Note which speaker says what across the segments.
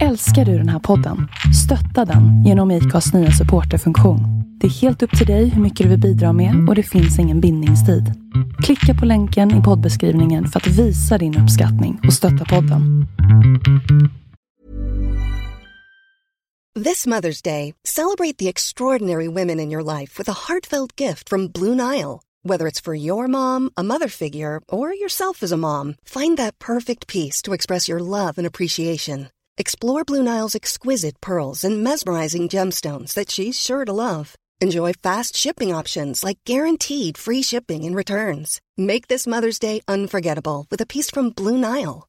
Speaker 1: Älskar du den här podden? Stötta den genom IKAs nya supporterfunktion. Det är helt upp till dig hur mycket du vill bidra med och det finns ingen bindningstid. Klicka på länken i poddbeskrivningen för att visa din uppskattning och stötta podden.
Speaker 2: This Mother's Day, celebrate the extraordinary women in your life with a heartfelt gift from Blue Nile. Whether it's for your mom, a mother figure, or yourself as a mom, find that perfect piece to express your love and appreciation. Explore Blue Nile's exquisite pearls and mesmerizing gemstones that she's sure to love. Enjoy fast shipping options like guaranteed free shipping and returns. Make this Mother's Day unforgettable with a piece from Blue Nile.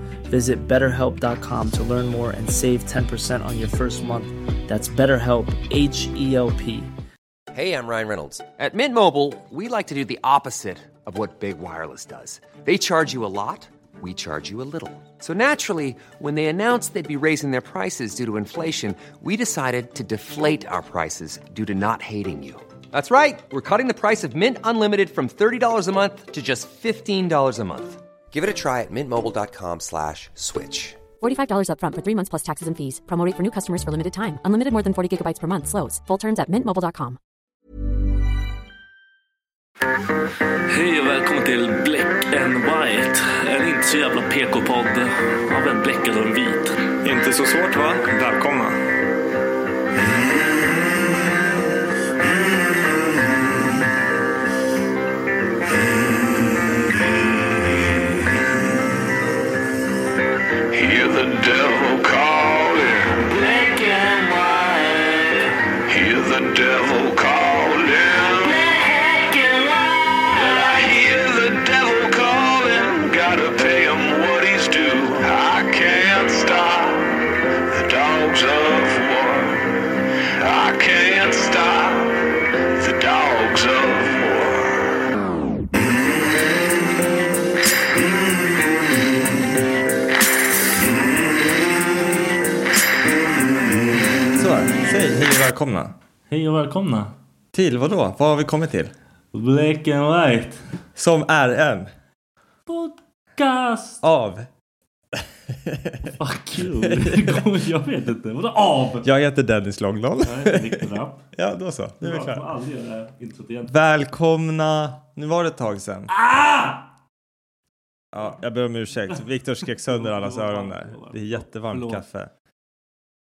Speaker 3: Visit betterhelp.com to learn more and save 10% on your first month. That's BetterHelp, H E L P.
Speaker 4: Hey, I'm Ryan Reynolds. At Mint Mobile, we like to do the opposite of what Big Wireless does. They charge you a lot, we charge you a little. So naturally, when they announced they'd be raising their prices due to inflation, we decided to deflate our prices due to not hating you. That's right. We're cutting the price of Mint Unlimited from $30 a month to just $15 a month. Give it a try at mintmobile.com slash switch.
Speaker 5: $45 upfront for three months plus taxes and fees. Promo rate for new customers for limited time. Unlimited more than 40 gigabytes per month. Slows. Full terms at mintmobile.com.
Speaker 6: Hej och välkommen till Black and White. En inte så jävla PK-podd av en bläckad och en vit.
Speaker 7: Inte så svårt va? Välkomna.
Speaker 8: Hear the devil calling. Black and white. Hear the devil calling. Black and white. I hear the devil calling. Gotta pay him what he's due. I can't stop the dogs of war. I can't stop the dogs of war.
Speaker 7: Så, säg hej och välkomna.
Speaker 6: Hej och välkomna.
Speaker 7: Till vad då? Vad har vi kommit till?
Speaker 6: Black and White.
Speaker 7: Som är en
Speaker 6: Podcast.
Speaker 7: av.
Speaker 6: Fuck you. Det kommer- Jag vet inte. Vadå av?
Speaker 7: Jag heter Dennis Långdahl.
Speaker 6: Jag är riktigt rapp.
Speaker 7: Ja, då så. Nu är vi
Speaker 6: Jag kommer
Speaker 7: klara.
Speaker 6: aldrig göra det här introt igen.
Speaker 7: Välkomna. Nu var det ett tag sedan.
Speaker 6: Ah!
Speaker 7: Ja, jag ber om ursäkt. Viktor skrek sönder allas öron där. Det är jättevarmt
Speaker 6: Förlåt.
Speaker 7: kaffe.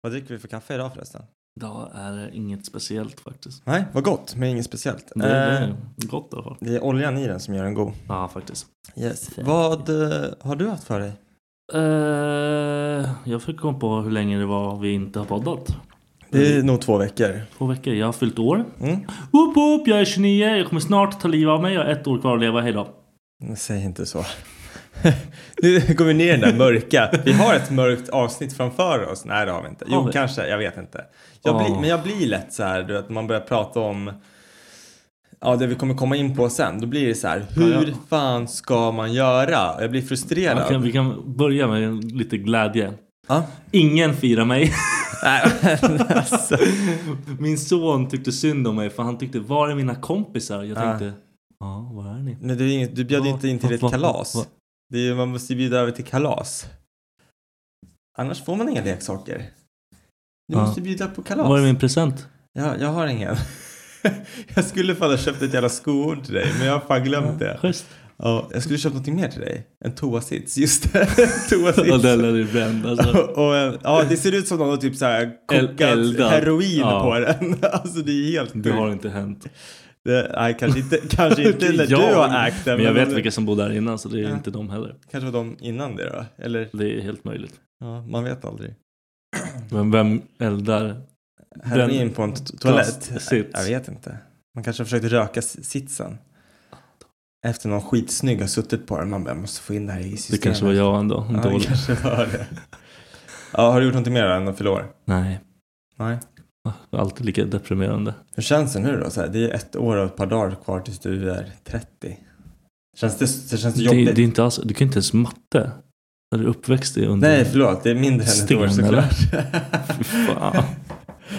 Speaker 7: Vad dricker vi för kaffe idag förresten?
Speaker 6: Idag är det inget speciellt faktiskt.
Speaker 7: Nej, vad gott, men inget speciellt.
Speaker 6: Det är
Speaker 7: Eh,
Speaker 6: gott i alla fall.
Speaker 7: det är oljan i den som gör den god.
Speaker 6: Ja, faktiskt.
Speaker 7: Yes. Vad eh, har du haft för dig?
Speaker 6: Eh, jag fick komma på hur länge det var vi inte har poddat.
Speaker 7: Det är nog två veckor.
Speaker 6: Två veckor. Jag har fyllt år.
Speaker 7: Mm.
Speaker 6: Woop woop, jag är 29. Jag kommer snart ta livet av mig. Jag har ett år kvar att leva. Hej då.
Speaker 7: Men Säg inte så. Nu går vi ner i den där mörka. Vi har ett mörkt avsnitt framför oss. Nej, det har vi inte.
Speaker 6: Har
Speaker 7: Jo,
Speaker 6: vi? Ah.
Speaker 7: kanske. Jag vet inte. Jag
Speaker 6: Åh.
Speaker 7: blir, Men jag blir lätt så här, du vet, man börjar prata om ja, det vi kommer komma in på sen. Då blir det så här, hur
Speaker 6: ja.
Speaker 7: fan ska man göra? Jag blir frustrerad.
Speaker 6: Okej, vi kan börja med en- lite glädje.
Speaker 7: Ja.
Speaker 6: Ingen firar mig.
Speaker 7: Nej, alltså.
Speaker 6: Min son tyckte synd om mig för han tyckte var är mina kompisar? Jag
Speaker 7: Ja.
Speaker 6: tänkte ja, var är ni?
Speaker 7: Men du, är inget- du Ah. bjöd ju inte in till
Speaker 6: Va-
Speaker 7: ett
Speaker 6: va-
Speaker 7: kalas.
Speaker 6: va-
Speaker 7: Det är, ju- man måste ju bjuda över till kalas. Annars får man inga leksaker. Du
Speaker 6: Ja.
Speaker 7: måste bjuda på kalas.
Speaker 6: Var är min present?
Speaker 7: Ja, jag har ingen. jag skulle fan ha köpt ett jävla skoord till dig, men jag har fan glömt det.
Speaker 6: Schysst.
Speaker 7: Ja, jag skulle köpt någonting mer till dig. En toasits, just det.
Speaker 6: Ja, den
Speaker 7: toasits.
Speaker 6: är bränd alltså.
Speaker 7: Och en, ja, det ser ut som någon har typ så här kokat
Speaker 6: El- eldad.
Speaker 7: heroin
Speaker 6: Ja.
Speaker 7: på den. Alltså det är helt
Speaker 6: Det har
Speaker 7: sjukt.
Speaker 6: inte hänt.
Speaker 7: Det- Nej, kanske inte, kanske inte när du har ägt den.
Speaker 6: Men jag vet
Speaker 7: om-
Speaker 6: vilka som bor där innan så det är
Speaker 7: Ja.
Speaker 6: inte de heller.
Speaker 7: Kanske var de innan det då? Eller?
Speaker 6: Det är helt möjligt.
Speaker 7: Ja, man vet aldrig.
Speaker 6: Men vem eldar?
Speaker 7: Heroin på en to- toalett?
Speaker 6: plast-
Speaker 7: Jag,
Speaker 6: sits.
Speaker 7: jag vet inte. Man kanske har försökt röka s- sitsen. Efter någon skitsnygg har suttit på den. Man bara, jag måste få in det här i
Speaker 6: Det
Speaker 7: systemet.
Speaker 6: kanske var jag ändå.
Speaker 7: Ja,
Speaker 6: Dålig.
Speaker 7: det kanske var det. Ja, har du gjort någonting mer än att fylla år?
Speaker 6: Nej.
Speaker 7: Nej.
Speaker 6: Ja, Alltid lika deprimerande.
Speaker 7: Hur känns det nu då? Så här, det är ett år och ett par dagar kvar tills du är 30. Känns det, det känns
Speaker 6: Det,
Speaker 7: jobbigt?
Speaker 6: det, är inte alls, du kan inte ens matte. När du är uppväxt i under...
Speaker 7: Nej, förlåt. Det är mindre än ett
Speaker 6: Sten,
Speaker 7: år såklart.
Speaker 6: Fy fan.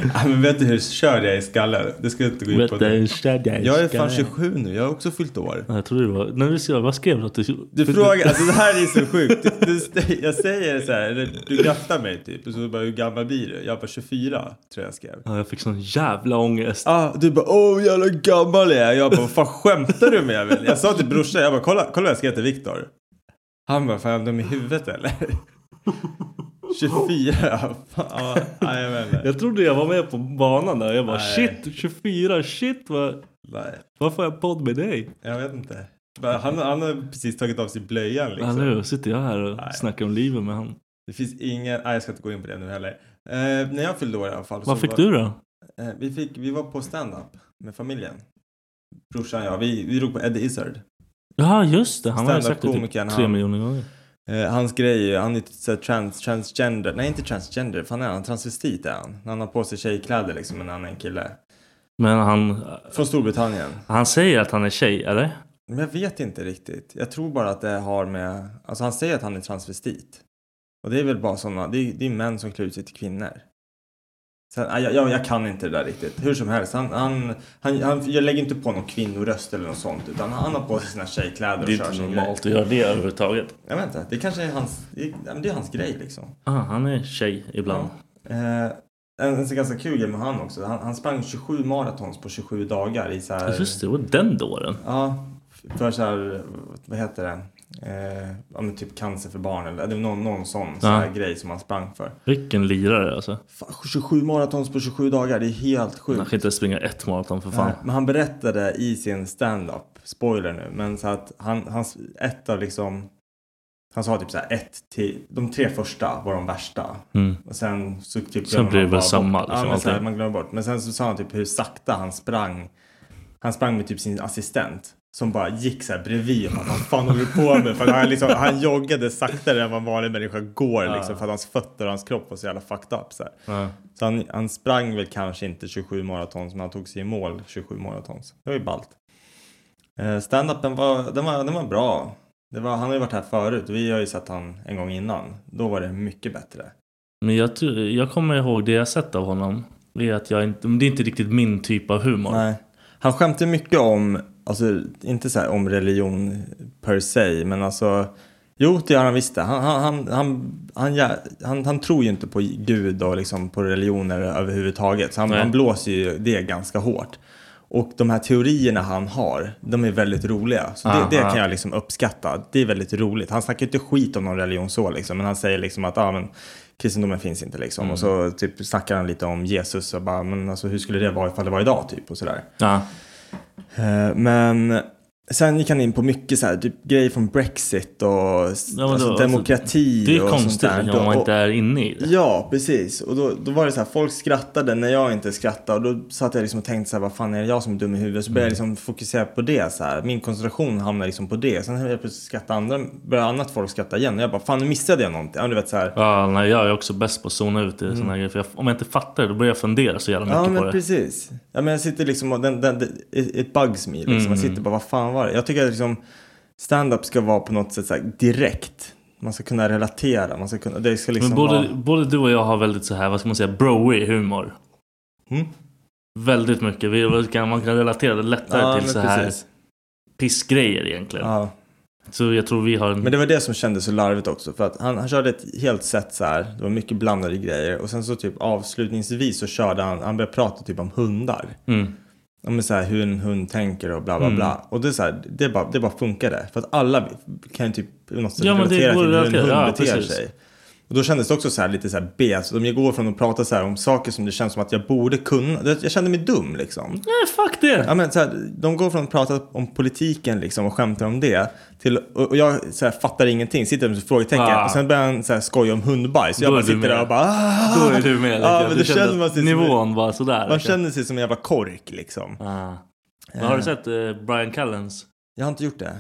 Speaker 7: ja, men vet du hur körd jag är i skallen? Det ska inte gå ut på.
Speaker 6: Vet du,
Speaker 7: Det.
Speaker 6: kedja i
Speaker 7: Jag är fan
Speaker 6: skallen.
Speaker 7: 27 nu. Jag har också fyllt år.
Speaker 6: Nej, Jag trodde det var... När du skrev, vad skrev du? Att du,
Speaker 7: Du frågar, alltså det här är så sjukt. Du, du, jag säger så här, eller du grattar mig typ. Och så bara, hur gammal blir du? Jag bara 24, tror jag skrev.
Speaker 6: Ja, jag fick sån jävla ångest.
Speaker 7: Ah, du bara, åh jävla gammal jag är. Jag bara, vad fan skämtar du med mig? Jag sa till brorsan, jag bara, kolla, kolla jag ska heta Viktor. Han bara, fan är de i huvudet eller? 24, fan, ja, nej, jag vet inte.
Speaker 6: Jag trodde jag var med på banan där. Jag bara
Speaker 7: Nej.
Speaker 6: shit, 24, shit vad...
Speaker 7: Nej,
Speaker 6: Varför har jag podd med dig?
Speaker 7: jag vet inte. Bara, Han, han har precis tagit av sig blöjan
Speaker 6: Ja,
Speaker 7: liksom.
Speaker 6: nu sitter jag här och
Speaker 7: Nej.
Speaker 6: snackar om livet med han.
Speaker 7: Det finns ingen, nej jag ska inte gå in på det nu heller. Eh, när jag fyllde år i alla fall. så
Speaker 6: Vad fick
Speaker 7: var-
Speaker 6: du då?
Speaker 7: Eh, vi, fick, vi var på stand-up med familjen. Brorsan och jag, vi, vi drog på Eddie Izzard.
Speaker 6: Ja just det, han har ju sagt det typ
Speaker 7: Standup-komikern,
Speaker 6: tre
Speaker 7: han-
Speaker 6: miljoner gånger.
Speaker 7: Eh, hans grej är ju, han är så här trans, transgender, nej inte transgender, fan är han transvestit är han. Han har på sig tjejkläder liksom, en annan kille.
Speaker 6: Men han,
Speaker 7: Från Storbritannien.
Speaker 6: han säger att han är tjej, eller?
Speaker 7: Men jag vet inte riktigt. Jag tror bara att det har med, alltså han säger att han är transvestit. Och det är väl bara sådana, det är, det är män som klär ut sig till kvinnor. Sen, ah, jag, jag, jag kan inte det där riktigt. Hur som helst, han, han, han, han, jag lägger inte på någon kvinnoröst eller något sånt. Utan han har på sig sina tjejkläder och
Speaker 6: Det är
Speaker 7: kör
Speaker 6: inte
Speaker 7: sin
Speaker 6: normalt
Speaker 7: grej.
Speaker 6: att göra det överhuvudtaget.
Speaker 7: Jag vet inte, det kanske är hans, det är, ja, men det är hans grej liksom.
Speaker 6: Ah, han är tjej ibland.
Speaker 7: Eh, en, en så ganska kul grej med han också. Han, han sprang 27 maratons på 27 dagar i så
Speaker 6: Ja,
Speaker 7: här...
Speaker 6: Just det, det var den dåren.
Speaker 7: Ja, för så här, vad heter det? Eh, ja, men typ cancer för barn eller det var någon, någon sån, så här
Speaker 6: Ja.
Speaker 7: grej som han sprang för.
Speaker 6: Vilken lirare alltså.
Speaker 7: Fan, 27 maratons på 27 dagar, det är helt
Speaker 6: Han
Speaker 7: sjukt.
Speaker 6: kan inte ens springa ett maraton för
Speaker 7: Nej,
Speaker 6: fan.
Speaker 7: Men han berättade i sin stand-up, spoiler nu, men så att han, hans, ett av liksom, han sa typ så här ett till, de tre första var de värsta.
Speaker 6: Mm.
Speaker 7: Och sen så typ
Speaker 6: Sen
Speaker 7: glömmer
Speaker 6: blir det
Speaker 7: man
Speaker 6: väl
Speaker 7: bara
Speaker 6: samma,
Speaker 7: bort.
Speaker 6: liksom,
Speaker 7: ja, men så här,
Speaker 6: allting.
Speaker 7: man glömmer bort. Men sen så sa han typ hur sakta han sprang. Han sprang med typ sin assistent. Som bara gick så här bredvid och bara, vad fan håller du på med? För att han, liksom, han joggade saktare än vad en vanlig människa går liksom. För att hans fötter och hans kropp var så jävla fucked up så här. Så han, han sprang väl kanske inte 27 maratons men han tog sig i mål 27 maratons. Det var ju ballt. Eh, Stand-upen var, den var, den var bra. Det var, han har ju varit här förut. Vi har ju sett han en gång innan. Då var det mycket bättre.
Speaker 6: Men jag, tror- jag kommer ihåg det jag sett av honom. Det är att jag inte, det är inte riktigt min typ av humor.
Speaker 7: Nej. Han skämtar mycket om, alltså inte så här om religion per se, men alltså Jo, det gör han visst det. Han, han, han, han, han, jä- han, han tror ju inte på Gud och liksom på religioner överhuvudtaget. Så han,
Speaker 6: Nej.
Speaker 7: han blåser ju det ganska hårt. Och de här teorierna han har, de är väldigt roliga. Så det, det
Speaker 6: Aha.
Speaker 7: kan jag liksom uppskatta. Det är väldigt roligt. Han snackar ju inte skit om någon religion så liksom. Men han säger liksom att ah, men, kristendomen finns inte liksom.
Speaker 6: Mm.
Speaker 7: Och så typ snackar han lite om Jesus och bara, men alltså hur skulle det vara ifall det var idag typ och sådär.
Speaker 6: Ja.
Speaker 7: Eh, Men sen gick han in på mycket så här, typ, grejer från Brexit och s-
Speaker 6: Ja, men
Speaker 7: alltså,
Speaker 6: då, alltså,
Speaker 7: demokrati
Speaker 6: Det är
Speaker 7: och
Speaker 6: konstigt liksom,
Speaker 7: sånt där.
Speaker 6: om man
Speaker 7: Och-
Speaker 6: inte är inne i det.
Speaker 7: Ja, precis. Och då, då var det så här, folk skrattade när jag inte skrattade. Och då satt jag liksom och tänkte så här, vad fan är det jag som är dum i huvudet? Så började jag
Speaker 6: Mm.
Speaker 7: liksom fokusera på det så här. Min koncentration hamnade liksom på det. Sen helt plötsligt skrattade andra, började annat folk skratta igen. Och jag bara, fan nu missade jag någonting. Ja, du vet så här.
Speaker 6: Ja, nej, jag är också bäst på att zona ut i såna här grejer. För jag, om jag inte fattar det, då börjar jag fundera så jävla mycket
Speaker 7: Mm. Ja,
Speaker 6: på det.
Speaker 7: men precis. Ja, men jag sitter liksom och den, den, den, it it bugs me. Liksom.
Speaker 6: Mm.
Speaker 7: Jag sitter bara, vad fan var det? Jag tycker att liksom stand-up ska vara på något sätt så här, direkt. Man ska kunna relatera. Man ska kunna, det ska liksom
Speaker 6: men både,
Speaker 7: vara...
Speaker 6: både du och jag har väldigt så här, vad ska man säga, broig humor.
Speaker 7: Mm.
Speaker 6: Väldigt mycket. Vi, vi kan, man kan relatera det lättare
Speaker 7: Ja,
Speaker 6: till
Speaker 7: men
Speaker 6: så här
Speaker 7: precis.
Speaker 6: pissgrejer egentligen.
Speaker 7: Ja.
Speaker 6: Så jag tror vi har en...
Speaker 7: Men det var det som kändes så larvigt också. För att han, han körde ett helt set så här. Det var mycket blandade grejer. Och sen så typ avslutningsvis så körde han, han började prata typ om hundar.
Speaker 6: Mm.
Speaker 7: Ja, men så här, hur en hund tänker och bla bla bla. Och det, är så här, det, bara, det bara funkade. För att alla kan ju typ på något sätt
Speaker 6: Ja, men det
Speaker 7: relatera
Speaker 6: går
Speaker 7: till
Speaker 6: att
Speaker 7: hur en hund
Speaker 6: relatera. Ja,
Speaker 7: beter
Speaker 6: precis.
Speaker 7: sig. Och då kändes det också så här, lite så här B. Alltså, de går från att prata så här om saker som det känns som att jag borde kunna. Det- Jag kände mig dum liksom.
Speaker 6: Nej, fuck det!
Speaker 7: Ja, men, så här, de går från att prata om politiken liksom, och skämtar om det till, och, och jag så här, fattar ingenting, sitter med frågetecken
Speaker 6: Ah.
Speaker 7: och sen börjar han så här, skoja om hundbajs. Jag
Speaker 6: Då
Speaker 7: bara
Speaker 6: är du
Speaker 7: sitter där
Speaker 6: med.
Speaker 7: och bara "Ah!"
Speaker 6: Då är du med.
Speaker 7: Ja,
Speaker 6: liksom.
Speaker 7: men
Speaker 6: Du
Speaker 7: det känner man sig som,
Speaker 6: Nivån var sådär.
Speaker 7: man
Speaker 6: liksom.
Speaker 7: känner sig som en jävla kork liksom. Eh,
Speaker 6: Ah. Men har du sett eh, Brian Callens?
Speaker 7: Jag har inte gjort det.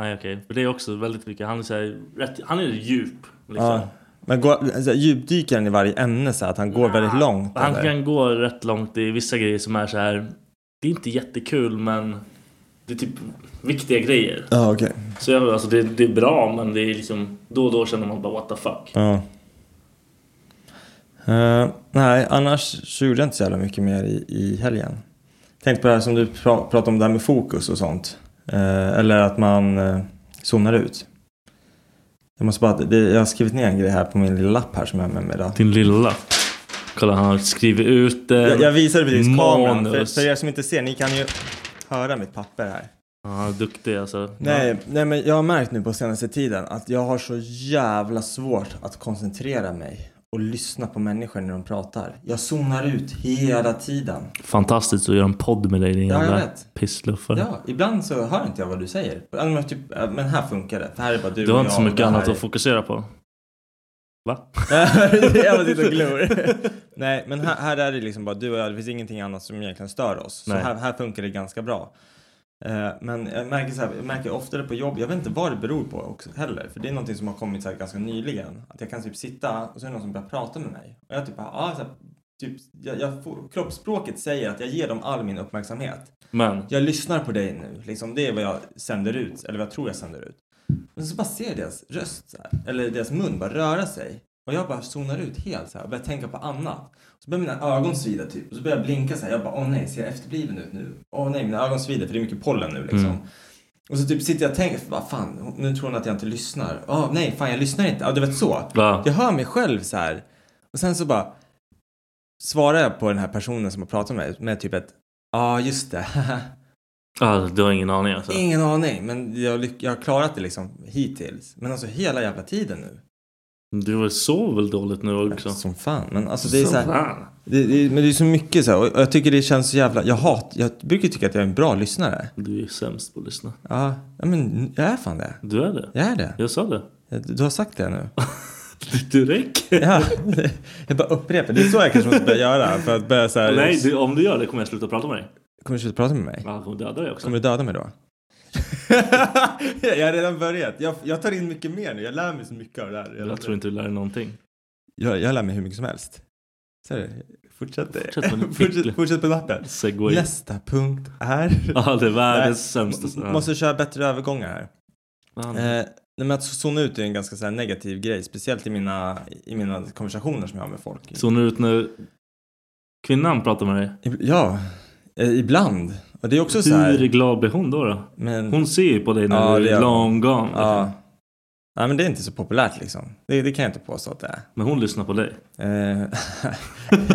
Speaker 6: Nej okej, för det är också väldigt mycket. Han är, så här, rätt, han är djup. Liksom.
Speaker 7: Ja. Men går, alltså, djupdyker han i varje ämne så att han går väldigt långt?
Speaker 6: Han
Speaker 7: eller?
Speaker 6: kan gå rätt långt i vissa grejer som är så här. Det är inte jättekul men det är typ viktiga grejer.
Speaker 7: Ja, okej.
Speaker 6: Så jag, alltså det, det är bra men det är liksom då och då känner man bara what the fuck.
Speaker 7: Ja. Eh, nej, annars så gjorde jag inte så jävla mycket mer i, i helgen. Tänk på det här som du pra- pratade om, det här med fokus och sånt. Eh, eller att man uh, zonar ut. Jag, måste bara, det, jag har skrivit ner en grej här på min lilla lapp här som jag har med mig idag.
Speaker 6: Din lilla. Kolla han har skrivit ut eh,
Speaker 7: Jag, jag visade precis kameran. För,
Speaker 6: manus.
Speaker 7: för er som inte ser, ni kan ju höra mitt papper här.
Speaker 6: Ja, duktig alltså.
Speaker 7: Nej, nej, men jag har märkt nu på senaste tiden att jag har så jävla svårt att koncentrera mig och lyssna på människor när de pratar. Jag zonar ut hela tiden.
Speaker 6: Fantastiskt att göra en podd med dig din
Speaker 7: Ja, jag
Speaker 6: jävla
Speaker 7: vet.
Speaker 6: pissluffare.
Speaker 7: Ja, ibland så hör inte jag vad du säger. Ja, Men, typ, ja, men här funkar det. För här är bara du
Speaker 6: Du
Speaker 7: och
Speaker 6: har inte
Speaker 7: jag
Speaker 6: så
Speaker 7: och
Speaker 6: mycket
Speaker 7: det här
Speaker 6: annat
Speaker 7: är-
Speaker 6: att fokusera på. Va?
Speaker 7: jag bara sitter och glor. Nej, men här, här är det liksom bara du och jag. Det finns ingenting annat som egentligen stör oss. Så
Speaker 6: Nej.
Speaker 7: här, här funkar det ganska bra. Eh, Men jag märker, så här, jag märker oftare på jobb, jag vet inte vad det beror på också heller. För det är någonting som har kommit så här ganska nyligen. Att jag kan typ sitta och så är det någon som börjar prata med mig. Och jag typ bara, ah, så här, typ, jag, jag får, kroppsspråket säger att jag ger dem all min uppmärksamhet.
Speaker 6: Men
Speaker 7: Jag lyssnar på dig nu, liksom, det är vad jag sänder ut, eller vad jag tror jag sänder ut. Men så bara ser jag deras röst, så här, eller deras mun bara röra sig. Och jag bara zonar ut helt så här, och börjar tänka på annat. Så börjar mina ögon svida typ, och så börjar jag blinka så här. Jag bara, åh nej, ser jag efterbliven ut nu? Åh nej, mina ögon svider för det är mycket pollen nu liksom. Och så typ sitter jag och tänker, vad fan, nu tror hon att jag inte lyssnar. Åh nej, fan jag lyssnar inte. Ja, du vet så.
Speaker 6: Ja.
Speaker 7: Jag hör mig själv så här. Och sen så bara svarar jag på den här personen som har pratat med mig med typ ett, ja just det.
Speaker 6: ah, du har ingen aning alltså.
Speaker 7: Ingen aning, men jag, lyck- jag har klarat det liksom hittills. Men alltså hela jävla tiden nu.
Speaker 6: Du sov väl dåligt nu också?
Speaker 7: Som fan. Men alltså det är
Speaker 6: Som
Speaker 7: så här,
Speaker 6: fan.
Speaker 7: det, det, men det är så mycket så här, och jag tycker det känns så jävla, jag hat, jag brukar tycka att jag är en bra lyssnare.
Speaker 6: Du är sämst på att lyssna.
Speaker 7: Ja, ja, men jag är fan det.
Speaker 6: Du är det.
Speaker 7: Jag är det.
Speaker 6: Jag sa det.
Speaker 7: Du har sagt det nu.
Speaker 6: Du- Du räcker.
Speaker 7: Ja, jag bara upprepar. Det är så jag kanske måste börja göra. För att börja så här,
Speaker 6: Nej, du, om du gör det kommer jag sluta prata med dig.
Speaker 7: Kommer du sluta prata med mig?
Speaker 6: Ja, Jag kommer döda dig också.
Speaker 7: Kommer du döda mig då? jag har redan börjat. Jag, jag tar in mycket mer nu. Jag lär mig så mycket av det här.
Speaker 6: Jag tror inte du lär dig någonting.
Speaker 7: Jag, jag lär mig hur mycket som helst. Så är det. Fortsätt,
Speaker 6: Fortsätt med din
Speaker 7: fortsätt,
Speaker 6: pickle.
Speaker 7: fortsätt på lappen.
Speaker 6: Segway.
Speaker 7: Nästa punkt är...
Speaker 6: Ja, det är
Speaker 7: Nej,
Speaker 6: världens sämsta.
Speaker 7: m- Måste köra bättre övergångar här.
Speaker 6: Ja.
Speaker 7: Eh, nej, men att zona ut är en ganska så här, negativ grej. Speciellt i mina, i mina konversationer som jag har med folk.
Speaker 6: Så nu ut när kvinnan pratar med dig.
Speaker 7: Ib- Ja, eh, ibland. Och det är också så
Speaker 6: Hur
Speaker 7: här...
Speaker 6: glad blir hon då? då?
Speaker 7: Men,
Speaker 6: Hon ser ju på dig när
Speaker 7: Ja,
Speaker 6: du
Speaker 7: det
Speaker 6: är
Speaker 7: gör hon.
Speaker 6: long gone.
Speaker 7: ja. Nej, men det är inte så populärt liksom. Det, det kan jag inte påstå att det är.
Speaker 6: Men hon lyssnar på dig.
Speaker 7: Eh,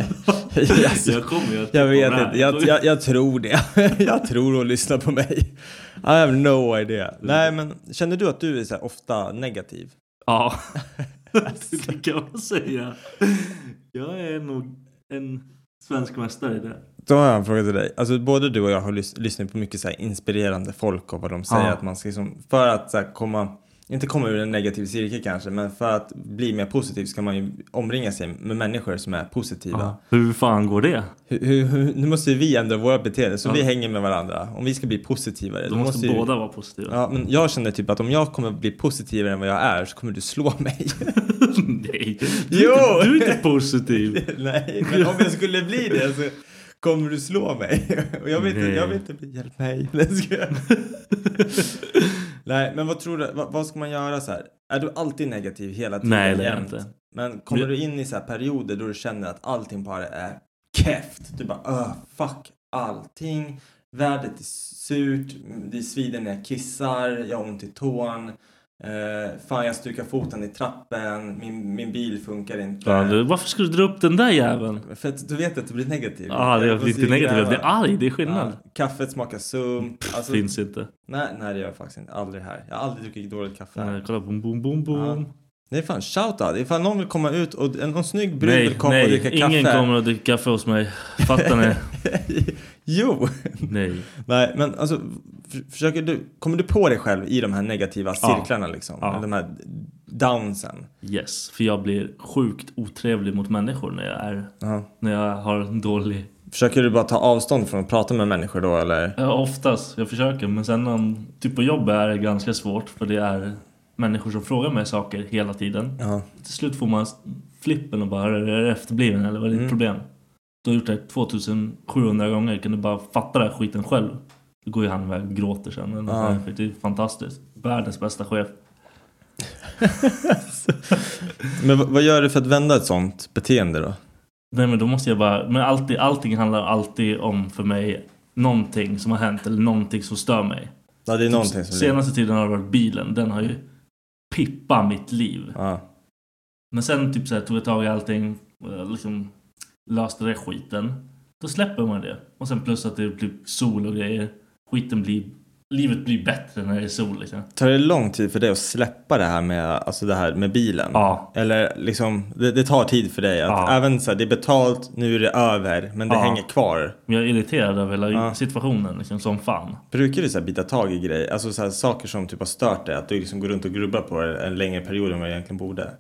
Speaker 7: alltså,
Speaker 6: jag kommer ju att-
Speaker 7: Jag vet
Speaker 6: Hon är-
Speaker 7: inte, jag, jag, jag tror det. jag tror hon lyssnar på mig. I have no idea. Nej men, känner du att du är så här ofta negativ?
Speaker 6: Ja, det kan man säga. Jag är nog en svensk mästare i det.
Speaker 7: Då har jag en fråga till dig. Alltså både du och jag har lys- lyssnat på mycket så här inspirerande folk och vad de säger
Speaker 6: Ja.
Speaker 7: att man ska liksom, för att så här komma, inte komma ur en negativ cirkel kanske, men för att bli mer positiv ska man ju omringa sig med människor som är positiva.
Speaker 6: Hur fan går det?
Speaker 7: Hur, hur, hur, nu måste ju vi ändra våra beteenden så vi hänger med varandra. Om vi ska bli positivare.
Speaker 6: Då måste,
Speaker 7: ju-
Speaker 6: båda vara positiva.
Speaker 7: Ja, men jag känner typ att om jag kommer bli positivare än vad jag är så kommer du slå mig.
Speaker 6: Nej, du,
Speaker 7: Jo!
Speaker 6: är inte, du är inte positiv.
Speaker 7: Nej, men om jag skulle bli det så kommer du slå mig. Och jag vet inte, jag
Speaker 6: Nej.
Speaker 7: vet inte, hjälp mig. Nej, jag skojar. Nej, men vad tror du, vad, vad ska man göra så här? Är du alltid negativ hela tiden?
Speaker 6: Nej, det är jag
Speaker 7: jämt?
Speaker 6: inte.
Speaker 7: Men kommer du in i så här perioder då du känner att allting bara är keft? Du bara, öh, fuck allting. Vädret är surt, det svider när jag kissar, jag har ont i tån. Uh, fan, jag stukar foten i trappen, min, min bil funkar inte.
Speaker 6: Ja, du, varför skulle du dra upp den där jäveln?
Speaker 7: För att du vet att du blir negativ.
Speaker 6: Ja, det
Speaker 7: Jag
Speaker 6: är
Speaker 7: måste
Speaker 6: inte
Speaker 7: ju
Speaker 6: negativt. Jag
Speaker 7: gräva.
Speaker 6: blir arg. Det är skillnad.
Speaker 7: Ja, kaffet smakar sump. Alltså,
Speaker 6: Finns inte.
Speaker 7: nej, nej, det gör jag faktiskt inte. Aldrig här. Jag har aldrig druckit dåligt kaffe.
Speaker 6: Nej,
Speaker 7: här.
Speaker 6: kolla, boom, boom, boom, boom.
Speaker 7: Det är fan shoutout. Ifall någon vill komma ut och en- någon snygg brud
Speaker 6: Nej,
Speaker 7: vill komma och dricka
Speaker 6: nej,
Speaker 7: kaffe.
Speaker 6: ingen kommer att dricka kaffe hos mig. Fattar ni?
Speaker 7: Jo!
Speaker 6: Nej.
Speaker 7: nej, men alltså, f- försöker du, kommer du på dig själv i de här negativa
Speaker 6: Ja.
Speaker 7: cirklarna liksom?
Speaker 6: Ja.
Speaker 7: De här downsen.
Speaker 6: Yes, för jag blir sjukt otrevlig mot människor när jag är...
Speaker 7: Ja.
Speaker 6: När jag har en dålig...
Speaker 7: Försöker du bara ta avstånd från att prata med människor då eller?
Speaker 6: Ja, oftast. Jag försöker. Men sen om... Typ på jobb är det ganska svårt för det är människor som frågar mig saker hela tiden.
Speaker 7: Ja.
Speaker 6: Till slut får man flippen och bara är du efterbliven eller vad är ditt
Speaker 7: Mm.
Speaker 6: problem? Du har gjort det här 2700 gånger, kan du bara fatta den här skiten själv? Då går ju han iväg och gråter sen. Men
Speaker 7: Ja.
Speaker 6: fan, Det är fantastiskt. Världens bästa chef.
Speaker 7: Men v- vad gör du för att vända ett sånt beteende då?
Speaker 6: Nej men då måste jag bara, men alltid, allting handlar alltid om för mig någonting som har hänt eller någonting som stör mig.
Speaker 7: Ja, det är någonting som...
Speaker 6: Typ Senaste tiden har det varit bilen, den har ju pippat mitt liv.
Speaker 7: Ja.
Speaker 6: Men sen typ så här, tog jag tag i allting, eh, liksom löste det skiten. Då släpper man det. Och sen plus att det blir sol och grejer. Skiten blir, livet blir bättre när det är sol liksom.
Speaker 7: Tar det lång tid för dig att släppa det här med, alltså det här med bilen?
Speaker 6: Ja.
Speaker 7: Eller liksom, det, det tar tid för dig att
Speaker 6: Ja.
Speaker 7: även så här, det är betalt, nu är det över, men det
Speaker 6: Ja.
Speaker 7: hänger kvar.
Speaker 6: Men jag är irriterad över hela
Speaker 7: Ja.
Speaker 6: situationen liksom, som fan.
Speaker 7: Brukar du så här bita tag i grejer, alltså så här, saker som typ har stört dig? Att du liksom går runt och grubblar på det en längre period än vad du egentligen borde?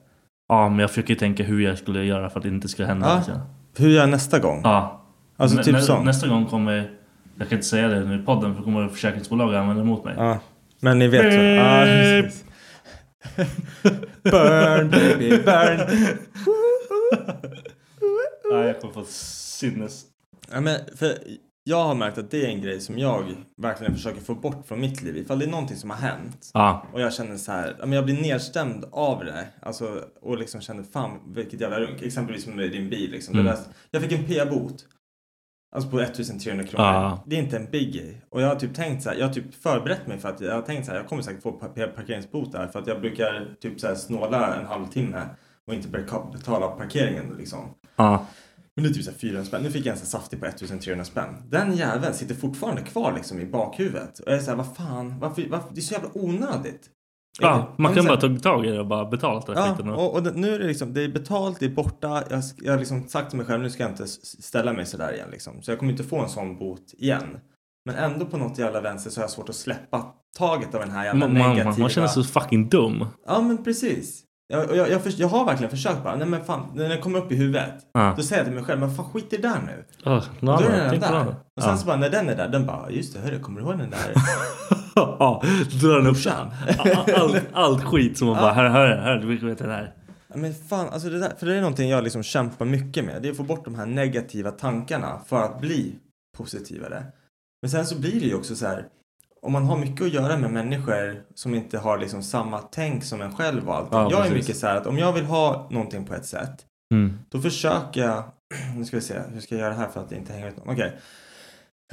Speaker 6: Ja, men jag försöker tänka hur jag skulle göra för att det inte skulle hända.
Speaker 7: Ja.
Speaker 6: Liksom.
Speaker 7: Hur gör jag nästa gång?
Speaker 6: Ja.
Speaker 7: Alltså
Speaker 6: Nä-
Speaker 7: typ
Speaker 6: nä-
Speaker 7: sånt.
Speaker 6: Nästa gång kommer... Jag kan inte säga det nu i podden för kommer försäkringsbolag använda emot mig.
Speaker 7: Ja. Men ni vet så. Ja, precis. burn baby burn.
Speaker 6: Nej, jag kommer få sinnes...
Speaker 7: Ja, men för jag har märkt att det är en grej som jag verkligen försöker få bort från mitt liv. Ifall det är någonting som har hänt
Speaker 6: Ja.
Speaker 7: och jag känner så här, ja, men jag blir nedstämd av det. Alltså, och liksom känner fan vilket jävla runk. Exempelvis med din bil. Liksom. Det
Speaker 6: Mm.
Speaker 7: där, jag fick en p-bot. Alltså på 1300 kronor.
Speaker 6: Ja.
Speaker 7: Det är inte en biggie. Och jag har typ tänkt så här, jag har typ förberett mig för att jag har tänkt så här, jag kommer säkert få pa- pa- parkeringsbot där. För att jag brukar typ så här snåla en halvtimme och inte beka- betala parkeringen liksom.
Speaker 6: Ja.
Speaker 7: Men det är typ så här 400 spänn. Nu fick jag en sån här saftig på 1300 spänn. Den jäveln sitter fortfarande kvar liksom i bakhuvudet. Och jag är såhär, vad fan, varför, varför, det är så jävla onödigt.
Speaker 6: ja. Man
Speaker 7: Men
Speaker 6: kan
Speaker 7: så
Speaker 6: bara
Speaker 7: här-
Speaker 6: ta tag i det och bara betala den här skiten.
Speaker 7: Ja,
Speaker 6: Och...
Speaker 7: och, och det, nu är det liksom, det är betalt, det är borta. Jag, sk- jag har liksom sagt till mig själv, nu ska jag inte s- ställa mig sådär igen liksom. Så jag kommer inte få en sån bot igen. Men ändå på något jävla vänster så har jag svårt att släppa taget av den här
Speaker 6: Man,
Speaker 7: jävla
Speaker 6: man,
Speaker 7: negativa...
Speaker 6: man, man känner sig så fucking dum.
Speaker 7: Ja men precis. Jag, och jag, jag, förs- jag har verkligen försökt bara, nej men fan, när det kommer upp i huvudet.
Speaker 6: Ja.
Speaker 7: Då säger jag till mig själv, men fan skit i det där nu.
Speaker 6: Oh, no,
Speaker 7: Då är den
Speaker 6: tänk på
Speaker 7: där.
Speaker 6: det.
Speaker 7: Och sen
Speaker 6: Ja.
Speaker 7: så bara när den är där, den bara just det hörru, kommer du ihåg den där
Speaker 6: Ja, drar den upp
Speaker 7: brorsan?
Speaker 6: allt all, allt skit som man bara, här, här, här, du vet det här.
Speaker 7: Ja, Men fan, alltså det där, för det är någonting jag liksom kämpar mycket med. Det är att få bort de här negativa tankarna för att bli positivare. Men sen så blir det ju också så här, om man har mycket att göra med människor som inte har liksom samma tänk som en själv och allting.
Speaker 6: Ja,
Speaker 7: jag är
Speaker 6: precis.
Speaker 7: mycket så här att om jag vill ha någonting på ett sätt
Speaker 6: Mm.
Speaker 7: Då försöker jag, nu ska vi se, hur ska jag göra här för att det inte hänger ut någon? Okej.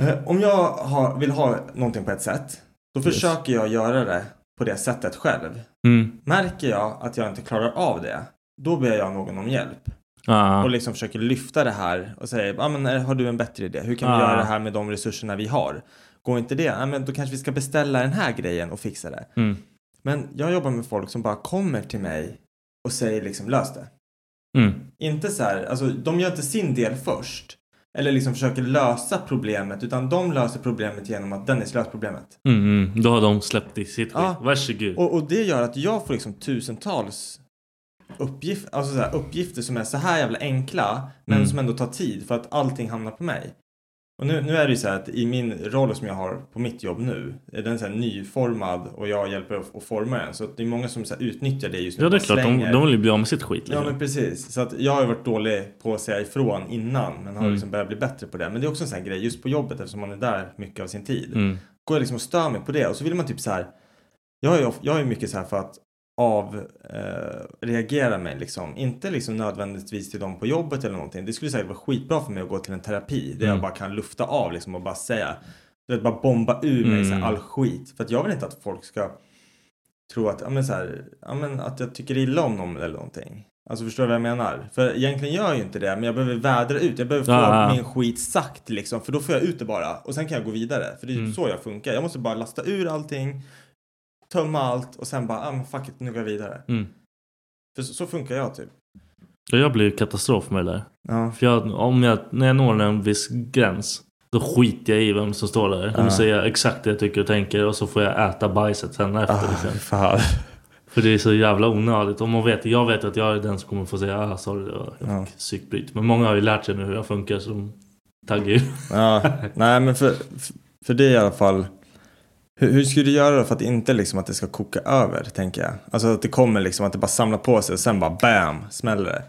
Speaker 7: Eh, Om jag har, vill ha någonting på ett sätt, då
Speaker 6: Yes.
Speaker 7: försöker jag göra det på det sättet själv.
Speaker 6: Mm.
Speaker 7: Märker jag att jag inte klarar av det, då ber jag någon om hjälp. Och
Speaker 6: Ja.
Speaker 7: liksom försöker lyfta det här och säga, ah, men, eh, har du en bättre idé? Hur kan vi
Speaker 6: Ah.
Speaker 7: göra det här med de resurserna vi har? Går inte det? Ah, men då kanske vi ska beställa den här grejen och fixa det.
Speaker 6: Mm.
Speaker 7: Men jag jobbar med folk som bara kommer till mig och säger liksom, lös det.
Speaker 6: Mm.
Speaker 7: Inte så här, alltså de gör inte sin del först. Eller liksom försöker lösa problemet. Utan de löser problemet genom att Dennis löser problemet.
Speaker 6: Mm. Mm. Då har de släppt i sitt skit.
Speaker 7: Ja.
Speaker 6: Varsågod.
Speaker 7: Och, och det gör att jag får liksom tusentals uppgif- alltså så här, uppgifter som är så här jävla enkla. Men
Speaker 6: Mm.
Speaker 7: som ändå tar tid för att allting hamnar på mig. Och nu, nu är det ju så här att i min roll som jag har på mitt jobb nu. Är den så här nyformad och jag hjälper att att forma den. Så att det är många som så här utnyttjar det just nu.
Speaker 6: Ja, det är
Speaker 7: och
Speaker 6: klart. De,
Speaker 7: slänger.
Speaker 6: de vill ju bli av med sitt skit.
Speaker 7: Ja
Speaker 6: Liksom.
Speaker 7: men precis. Så att jag har ju varit dålig på att säga ifrån innan men har
Speaker 6: Mm.
Speaker 7: liksom börjat bli bättre på det. Men det är också en sån här grej just på jobbet eftersom man är där mycket av sin tid.
Speaker 6: Mm.
Speaker 7: Går jag liksom och stör mig på det och så vill man typ så här. Jag är, ju of- jag är mycket så här för att av eh, reagera mig liksom. Inte liksom nödvändigtvis till dem på jobbet eller någonting. Det skulle säkert vara skitbra för mig att gå till en terapi där jag
Speaker 6: Mm.
Speaker 7: bara kan lufta av liksom och bara säga. Du vet, bara bomba ur mig så här,
Speaker 6: Mm.
Speaker 7: all skit. För att jag vill inte att folk ska tro att, ja, men så här, ja, men att jag tycker illa om någon eller någonting. Alltså förstår du vad jag menar? För egentligen gör jag ju inte det men jag behöver vädra ut. Jag behöver få
Speaker 6: Ja.
Speaker 7: min skit sagt liksom. För då får jag ut det bara. Och sen kan jag gå vidare. För det är ju
Speaker 6: Mm.
Speaker 7: så jag funkar. Jag måste bara lasta ur allting. Tömma allt och sen bara, ah, men fuck it, nu går jag vidare.
Speaker 6: Mm.
Speaker 7: För så, så funkar jag typ.
Speaker 6: Ja, Jag blir ju katastrof med det där.
Speaker 7: Ja.
Speaker 6: För jag, om jag, när jag når en viss gräns, då skiter jag i vem som står där.
Speaker 7: Ja.
Speaker 6: Då säger jag exakt det jag tycker och tänker och så får jag äta bajset sen efter.
Speaker 7: Ah.
Speaker 6: liksom.
Speaker 7: fan.
Speaker 6: För det är så jävla onödigt. Och man vet, jag vet att jag är den som kommer få säga ah, sorry, jag fick
Speaker 7: Ja.
Speaker 6: psykbryt. Men många har ju lärt sig nu hur jag funkar som taggar ju.
Speaker 7: Ja, nej men för, för det är i alla fall Hur, hur skulle du göra då för att inte liksom att det ska koka över, tänker jag? Alltså att det kommer liksom, att det bara samlar på sig och sen bara bam, smäller det.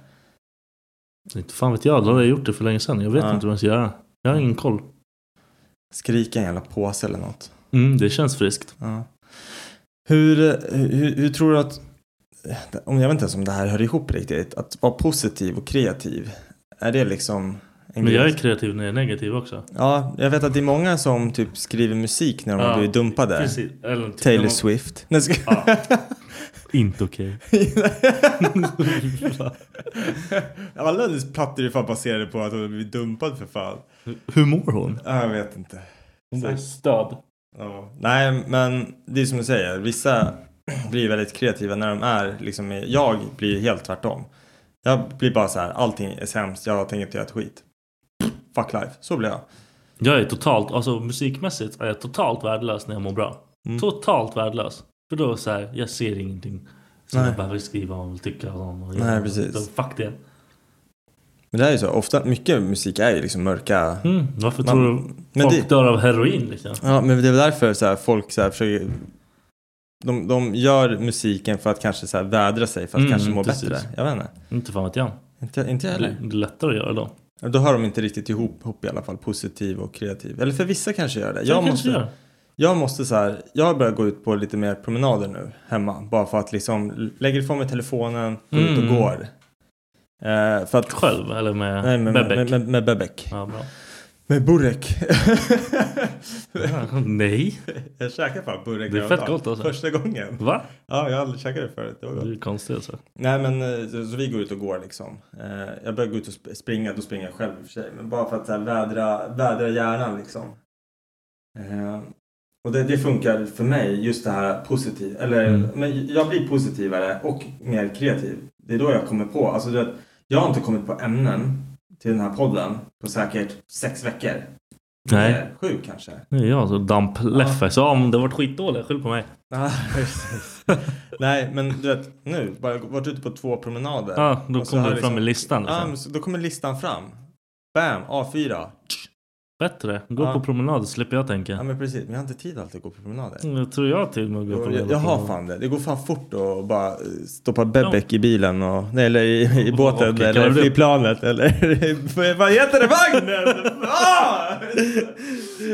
Speaker 6: Inte fan vet jag, då hade jag gjort det för länge sedan. Jag vet
Speaker 7: Ja.
Speaker 6: inte vad jag ska göra. Jag har ingen koll.
Speaker 7: Skrika i en jävla påse eller något.
Speaker 6: Mm, det känns friskt.
Speaker 7: Ja. Hur, hur, hur tror du att, om jag vet inte ens om det här hör ihop riktigt, att vara positiv och kreativ, är det liksom en
Speaker 6: Men
Speaker 7: grej-
Speaker 6: jag är kreativ när jag är negativ också.
Speaker 7: Ja, jag vet att det är många som typ skriver musik när de har
Speaker 6: Ja,
Speaker 7: blivit dumpade.
Speaker 6: Precis. Eller typ när
Speaker 7: Taylor
Speaker 6: man-
Speaker 7: Swift. Nej, ska...
Speaker 6: Inte okej.
Speaker 7: ja, alla hennes plattor är fan baserade på att hon har blivit dumpad för fan.
Speaker 6: Hur mår hon?
Speaker 7: Ja, jag vet inte.
Speaker 6: Hon är stöd.
Speaker 7: Ja. Nej, men det är som du säger. Vissa blir väldigt kreativa när de är liksom. Jag blir helt tvärtom. Jag blir bara så här. Allting är sämst. Jag tänker inte göra ett skit. Fuck life. Så blir jag.
Speaker 6: Jag är totalt, alltså musikmässigt är jag totalt värdelös när jag mår bra.
Speaker 7: Mm.
Speaker 6: Totalt värdelös. För då är det så här, jag ser ingenting som
Speaker 7: Nej.
Speaker 6: jag behöver skriva om och tycka om. Och
Speaker 7: Nej, precis.
Speaker 6: Så fuck det.
Speaker 7: Men det här är ju så. Ofta mycket musik är ju liksom mörka.
Speaker 6: Mm, varför
Speaker 7: Man-
Speaker 6: tror du
Speaker 7: men
Speaker 6: folk
Speaker 7: det-
Speaker 6: dör av heroin liksom?
Speaker 7: Ja, men det är väl därför så här, folk så här, försöker... De, de gör musiken för att kanske så här, vädra sig, för att
Speaker 6: Mm,
Speaker 7: kanske må
Speaker 6: precis.
Speaker 7: bättre. Jag vet inte.
Speaker 6: Inte fan vet jag.
Speaker 7: Inte, inte jag
Speaker 6: Det
Speaker 7: heller.
Speaker 6: är lättare att göra då.
Speaker 7: Då hör de inte riktigt ihop, ihop i alla fall, positiv och kreativ. Eller för vissa kanske gör det.
Speaker 6: Jag, kanske
Speaker 7: måste,
Speaker 6: gör.
Speaker 7: jag måste så här, jag börjar gå ut på lite mer promenader nu hemma. Bara för att liksom, lägger ifrån mig telefonen, går ut och
Speaker 6: Mm.
Speaker 7: går. Eh, för att...
Speaker 6: Själv eller med
Speaker 7: Nej, med,
Speaker 6: Bebek?
Speaker 7: med, med, med Bebek.
Speaker 6: Ja, bra.
Speaker 7: Med Burek.
Speaker 6: Ja, Nej,
Speaker 7: jag käkade fan Burek
Speaker 6: Det är fett
Speaker 7: häromdagen.
Speaker 6: gott, alltså.
Speaker 7: Första gången.
Speaker 6: va?
Speaker 7: Ja, jag har aldrig käkat det förut. Det var
Speaker 6: Det
Speaker 7: gott.
Speaker 6: är konstigt alltså.
Speaker 7: Nej, men eh, så, så vi går ut och går liksom. Eh, jag börjar gå ut och sp- springa, då springer jag själv i och för sig. Men bara för att så här, vädra, vädra hjärnan liksom. Eh, och det, det funkar för mig, just det här positiv. Eller,
Speaker 6: Mm.
Speaker 7: men jag blir positivare och mer kreativ. Det är då jag kommer på. Alltså, du vet, jag har inte kommit på ämnen till den här podden på säkert sex veckor.
Speaker 6: Nej,
Speaker 7: Eh, Sju kanske.
Speaker 6: nu är jag så dampleffe. Så om det har varit skitdåligt, skyll på mig.
Speaker 7: Ja, precis. Nej, men du vet nu, bara varit ute på två promenader.
Speaker 6: Ja, då
Speaker 7: Och så
Speaker 6: kommer
Speaker 7: här
Speaker 6: det fram i listan,
Speaker 7: Ja,
Speaker 6: liksom.
Speaker 7: men så, då kommer listan fram. Bam, A4.
Speaker 6: Bättre, gå
Speaker 7: Ja.
Speaker 6: på promenad slipper jag tänka.
Speaker 7: Ja, men precis. Men jag har inte tid alltid att gå på promenader.
Speaker 6: Mm, Jag tror jag har tid med att gå på
Speaker 7: Jag, jag,
Speaker 6: reda
Speaker 7: har
Speaker 6: på-
Speaker 7: fan det. Det går fan fort att bara eh, stoppa Bebek i bilen och, nej, eller i, i båten
Speaker 6: Okej, kan
Speaker 7: eller
Speaker 6: du-
Speaker 7: i planet eller i- vad heter det? Vagnen! Ah!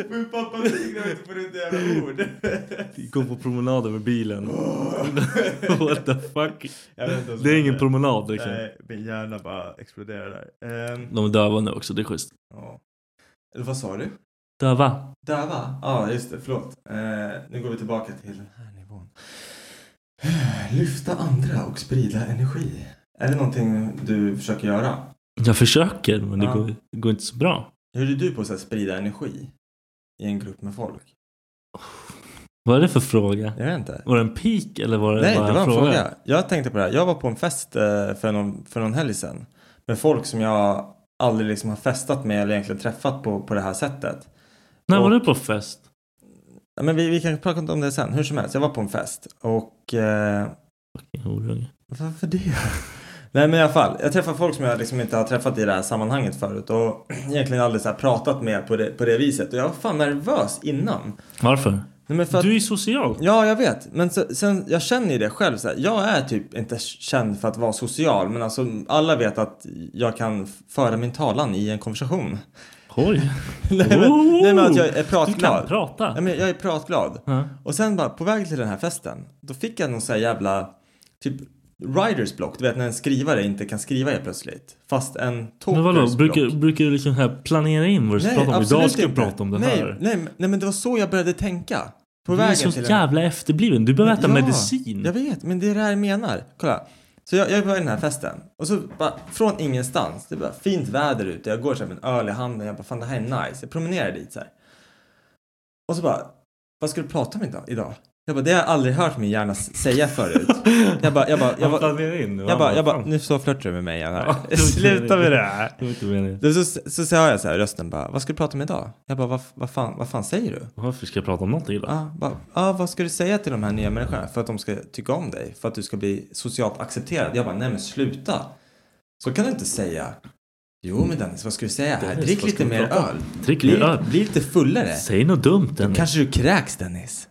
Speaker 7: Min pappa tigrar inte på ditt jävla ord.
Speaker 6: Gå på promenader med bilen. What the fuck?
Speaker 7: Jag vet inte ens
Speaker 6: Det är
Speaker 7: vad
Speaker 6: ingen promenad liksom.
Speaker 7: Nej, min hjärna bara exploderar där. Ehm,
Speaker 6: De är döva nu också, det är schysst.
Speaker 7: ja. Eller vad sa du?
Speaker 6: Döva.
Speaker 7: Döva? Ja, just det. Förlåt. Eh, nu går vi tillbaka till den här nivån. Lyfta andra och sprida energi. Är det någonting du försöker göra?
Speaker 6: Jag försöker men det
Speaker 7: Ja.
Speaker 6: går, det går inte så bra.
Speaker 7: Hur är du på att sprida energi i en grupp med folk?
Speaker 6: Vad är det för fråga?
Speaker 7: Jag vet inte.
Speaker 6: Var det en pik eller var det
Speaker 7: Nej, det
Speaker 6: bara
Speaker 7: var en fråga. Jag tänkte på det här. Jag var på en fest eh, för någon, för någon helg sedan. Med folk som jag aldrig liksom har festat med eller egentligen träffat på, på det här sättet.
Speaker 6: När var
Speaker 7: Och-
Speaker 6: du på fest?
Speaker 7: Ja, Men vi, vi kan prata om det sen. Hur som helst, jag var på en fest och... Eh,
Speaker 6: Horunge.
Speaker 7: varför det? Nej men i alla fall, jag träffar folk som jag liksom inte har träffat i det här sammanhanget förut och egentligen aldrig så här pratat med på det, på det viset och jag var fan nervös innan.
Speaker 6: Varför?
Speaker 7: Nej, men för att,
Speaker 6: Du är ju social.
Speaker 7: Ja, jag vet. Men så, sen, jag känner ju det själv. Så här, jag är typ inte känd för att vara social men alltså alla vet att jag kan föra min talan i en konversation.
Speaker 6: Oj.
Speaker 7: nej, men,
Speaker 6: Oh!
Speaker 7: nej men att jag är
Speaker 6: Du
Speaker 7: pratglad.
Speaker 6: kan prata.
Speaker 7: Ja, men jag är pratglad.
Speaker 6: Ja.
Speaker 7: Och sen bara på väg till den här festen, då fick jag någon sån här jävla typ writers block. Du vet när en skrivare inte kan skriva helt plötsligt. Fast en talkers
Speaker 6: Men vadå, brukar,
Speaker 7: block.
Speaker 6: brukar du liksom här planera in vad du ska
Speaker 7: Nej,
Speaker 6: prata om?
Speaker 7: absolut
Speaker 6: Idag ska jag
Speaker 7: inte.
Speaker 6: prata om det
Speaker 7: nej,
Speaker 6: här.
Speaker 7: Nej, men- nej, men det var så jag började tänka. På
Speaker 6: Du är
Speaker 7: vägen
Speaker 6: så
Speaker 7: till en-
Speaker 6: jävla efterbliven. Du behöver äta
Speaker 7: Ja,
Speaker 6: medicin.
Speaker 7: Jag vet, men det är det här jag menar. Kolla. Så jag, jag är på den här festen och så bara från ingenstans, det är bara fint väder ute, jag går så här med en öl i handen, jag bara fan det här är nice, jag promenerar dit så här. Och så bara, vad ska du prata om idag? idag? Jag bara, det har jag aldrig hört min hjärna s- säga förut. Jag bara, jag bara,
Speaker 6: Han
Speaker 7: jag bara, jag bara,
Speaker 6: planerar in. och
Speaker 7: jag
Speaker 6: han
Speaker 7: bara, jag bara
Speaker 6: fan.
Speaker 7: nu så flörtar du med mig igen
Speaker 6: Ja, det
Speaker 7: här.
Speaker 6: var inte
Speaker 7: Sluta med
Speaker 6: meningen.
Speaker 7: det här.
Speaker 6: Det var inte meningen.
Speaker 7: Då Så, så, så hör jag så här rösten bara, vad ska du prata om idag? Jag bara, vad, vad, fan, vad fan säger du?
Speaker 6: Varför ska jag prata om någonting idag?
Speaker 7: Ja, bara, ja, Ah, vad ska du säga till de här nya människorna för att de ska tycka om dig? För att du ska bli socialt accepterad? Jag bara, nej men sluta! Så kan du inte säga. Jo men Dennis, vad ska du säga? här?
Speaker 6: Dennis,
Speaker 7: Drick
Speaker 6: vad ska
Speaker 7: lite
Speaker 6: vi
Speaker 7: mer
Speaker 6: prata om?
Speaker 7: öl.
Speaker 6: Drick
Speaker 7: Bli,
Speaker 6: mer öl.
Speaker 7: bli lite fullare.
Speaker 6: Säg något dumt Dennis.
Speaker 7: Kanske du kräks Dennis?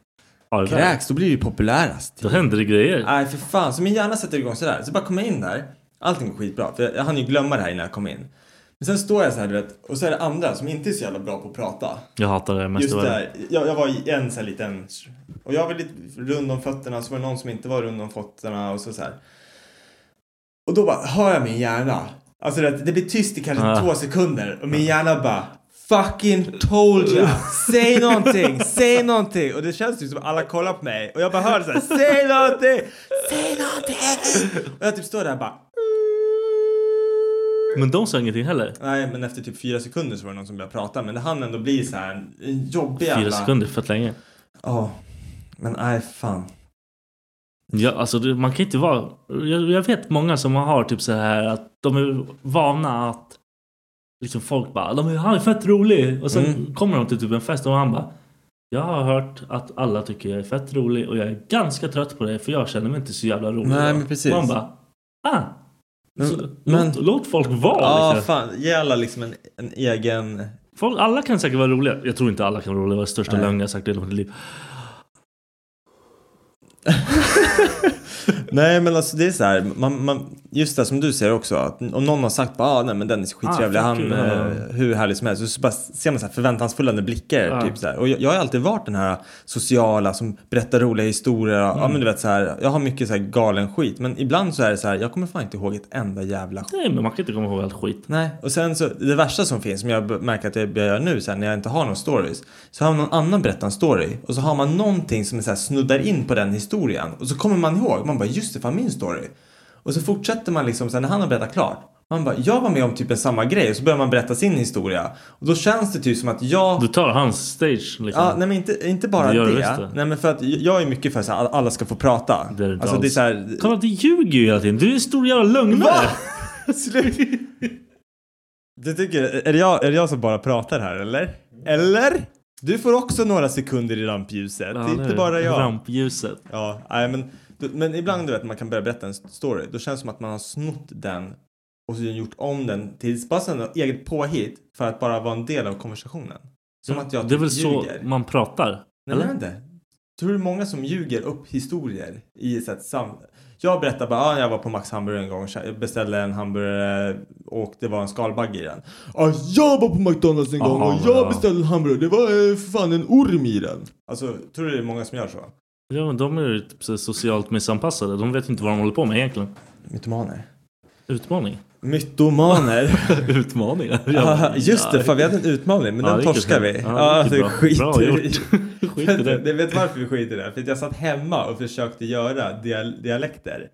Speaker 6: Ja, det där.
Speaker 7: Kräks, då blir du ju populärast.
Speaker 6: Då händer det grejer.
Speaker 7: Nej, för fan. Så min hjärna sätter igång sådär. Så bara kommer jag in där. Allting går skitbra. För jag, jag hann ju glömma det här innan jag kom in. Men sen står jag så här, du vet. Och så är det andra som inte är så jävla bra på att prata.
Speaker 6: Jag hatar det mest
Speaker 7: Just
Speaker 6: av
Speaker 7: det
Speaker 6: allt.
Speaker 7: här. Jag, jag var i en sån här liten... Och jag var lite rund om fötterna. Så var det någon som inte var rund om fötterna. Och så, så här. Och då bara hör jag min hjärna. Alltså det, det blir tyst i kanske
Speaker 6: Ah.
Speaker 7: två sekunder. Och min hjärna bara... Fucking told you! Säg någonting! Säg någonting! Och det känns ju som att alla kollar på mig. Och jag bara hör så här. Säg någonting! Säg någonting! Och jag typ står där och bara...
Speaker 6: Men de sa ingenting heller.
Speaker 7: Nej, men efter typ fyra sekunder så var det någon som började prata. Men det hann ändå bli så här en jobbig
Speaker 6: Fyra
Speaker 7: jävla-
Speaker 6: sekunder, fett länge.
Speaker 7: Ja. Men nej, fan.
Speaker 6: Ja, alltså det- man kan inte vara... Jag, jag vet många som har typ så här att de är vana att... Liksom folk bara de är, “Han är fett rolig” och sen
Speaker 7: Mm.
Speaker 6: kommer de till typ en fest och han bara “Jag har hört att alla tycker jag är fett rolig och jag är ganska trött på det för jag känner mig inte så jävla rolig”.
Speaker 7: Nej,
Speaker 6: idag."
Speaker 7: men precis.
Speaker 6: Och man bara “Ah!”
Speaker 7: Men-
Speaker 6: så,
Speaker 7: men-
Speaker 6: låt, låt folk vara
Speaker 7: Ja,
Speaker 6: liksom.
Speaker 7: fan. Ge alla liksom en, en egen...
Speaker 6: Folk, alla kan säkert vara roliga. Jag tror inte alla kan vara roliga. Det var den största
Speaker 7: Nej.
Speaker 6: lögnen jag sagt i hela mitt liv.
Speaker 7: Nej, men alltså det är så här. Man, man, just det som du säger också. Att om någon har sagt bara, ah, nej men den är så skittrevlig.
Speaker 6: Ah, fuck
Speaker 7: han
Speaker 6: you,
Speaker 7: eh,
Speaker 6: ja.
Speaker 7: hur härlig som helst. Och så bara ser man så här förväntansfulla blickar.
Speaker 6: Ja.
Speaker 7: Typ så här. Och jag, jag har alltid varit den här sociala som berättar roliga historier.
Speaker 6: Mm.
Speaker 7: Ja, men du vet så här. Jag har mycket så här galen skit. Men ibland så är det så här. Jag kommer fan inte ihåg ett enda jävla
Speaker 6: Nej, men man kan inte komma ihåg allt skit.
Speaker 7: Nej, och sen så det värsta som finns som jag b- märker att jag jag gör nu så här, när jag inte har någon stories. Så har någon annan berättat en story och så har man någonting som är så här, snuddar in på den historien och så kommer man ihåg. Man bara just det, fan min story. Och så fortsätter man liksom så här, när han har berättat klart. Man bara jag var med om typ en samma grej och så börjar man berätta sin historia. Och då känns det typ som att jag
Speaker 6: Du tar hans stage liksom.
Speaker 7: Ja, nej men inte, inte bara
Speaker 6: Det
Speaker 7: det.
Speaker 6: gör visst det.
Speaker 7: Nej men för att jag är mycket för så här, alla ska få prata.
Speaker 6: Det är det inte
Speaker 7: alltså det är
Speaker 6: alls.
Speaker 7: så här,
Speaker 6: Kolla, du ljuger ju hela tiden. Du är en stor jävla lögnare.
Speaker 7: Va? Slut. Du tycker, är det, jag, är det jag som bara pratar här eller? Eller? Du får också några sekunder i rampljuset,
Speaker 6: Ja,
Speaker 7: det är
Speaker 6: det
Speaker 7: inte
Speaker 6: är
Speaker 7: bara jag.
Speaker 6: Rampljuset.
Speaker 7: Ja, nej, men, du- men ibland du vet man kan börja berätta en story, då känns det som att man har snott den och så gjort om den till bara som ett eget påhitt för att bara vara en del av konversationen. Som att jag
Speaker 6: det är väl
Speaker 7: typ ljuger.
Speaker 6: så man pratar?
Speaker 7: Nej,
Speaker 6: eller?
Speaker 7: jag vet inte. Tror du det är många som ljuger upp historier i så ett sam... Jag berättar bara, ah, jag var på Max Hamburgare en gång, jag beställde en hamburgare och det var en skalbagge i den. Ah, jag var på McDonalds en gång
Speaker 6: Aha,
Speaker 7: och
Speaker 6: men
Speaker 7: jag
Speaker 6: ja.
Speaker 7: beställde en hamburgare, det var eh, för fan en orm i den. Alltså, tror du det är många som gör så?
Speaker 6: Ja, men de är ju typ så här socialt missanpassade. De vet inte vad de håller på med egentligen.
Speaker 7: Mytomaner.
Speaker 6: Utmaning.
Speaker 7: Mytomaner?
Speaker 6: Utmaningar.
Speaker 7: Ja, just det, fan vi hade en utmaning men
Speaker 6: Ja,
Speaker 7: den
Speaker 6: det gick ju
Speaker 7: torskar
Speaker 6: bra.
Speaker 7: vi.
Speaker 6: Ja, det gick ju
Speaker 7: det
Speaker 6: bra.
Speaker 7: skiter
Speaker 6: Bra
Speaker 7: vi i.
Speaker 6: Skit i
Speaker 7: Vet
Speaker 6: det.
Speaker 7: du- Vet du varför vi skiter i det? För att jag satt hemma och försökte göra dial- dialekter.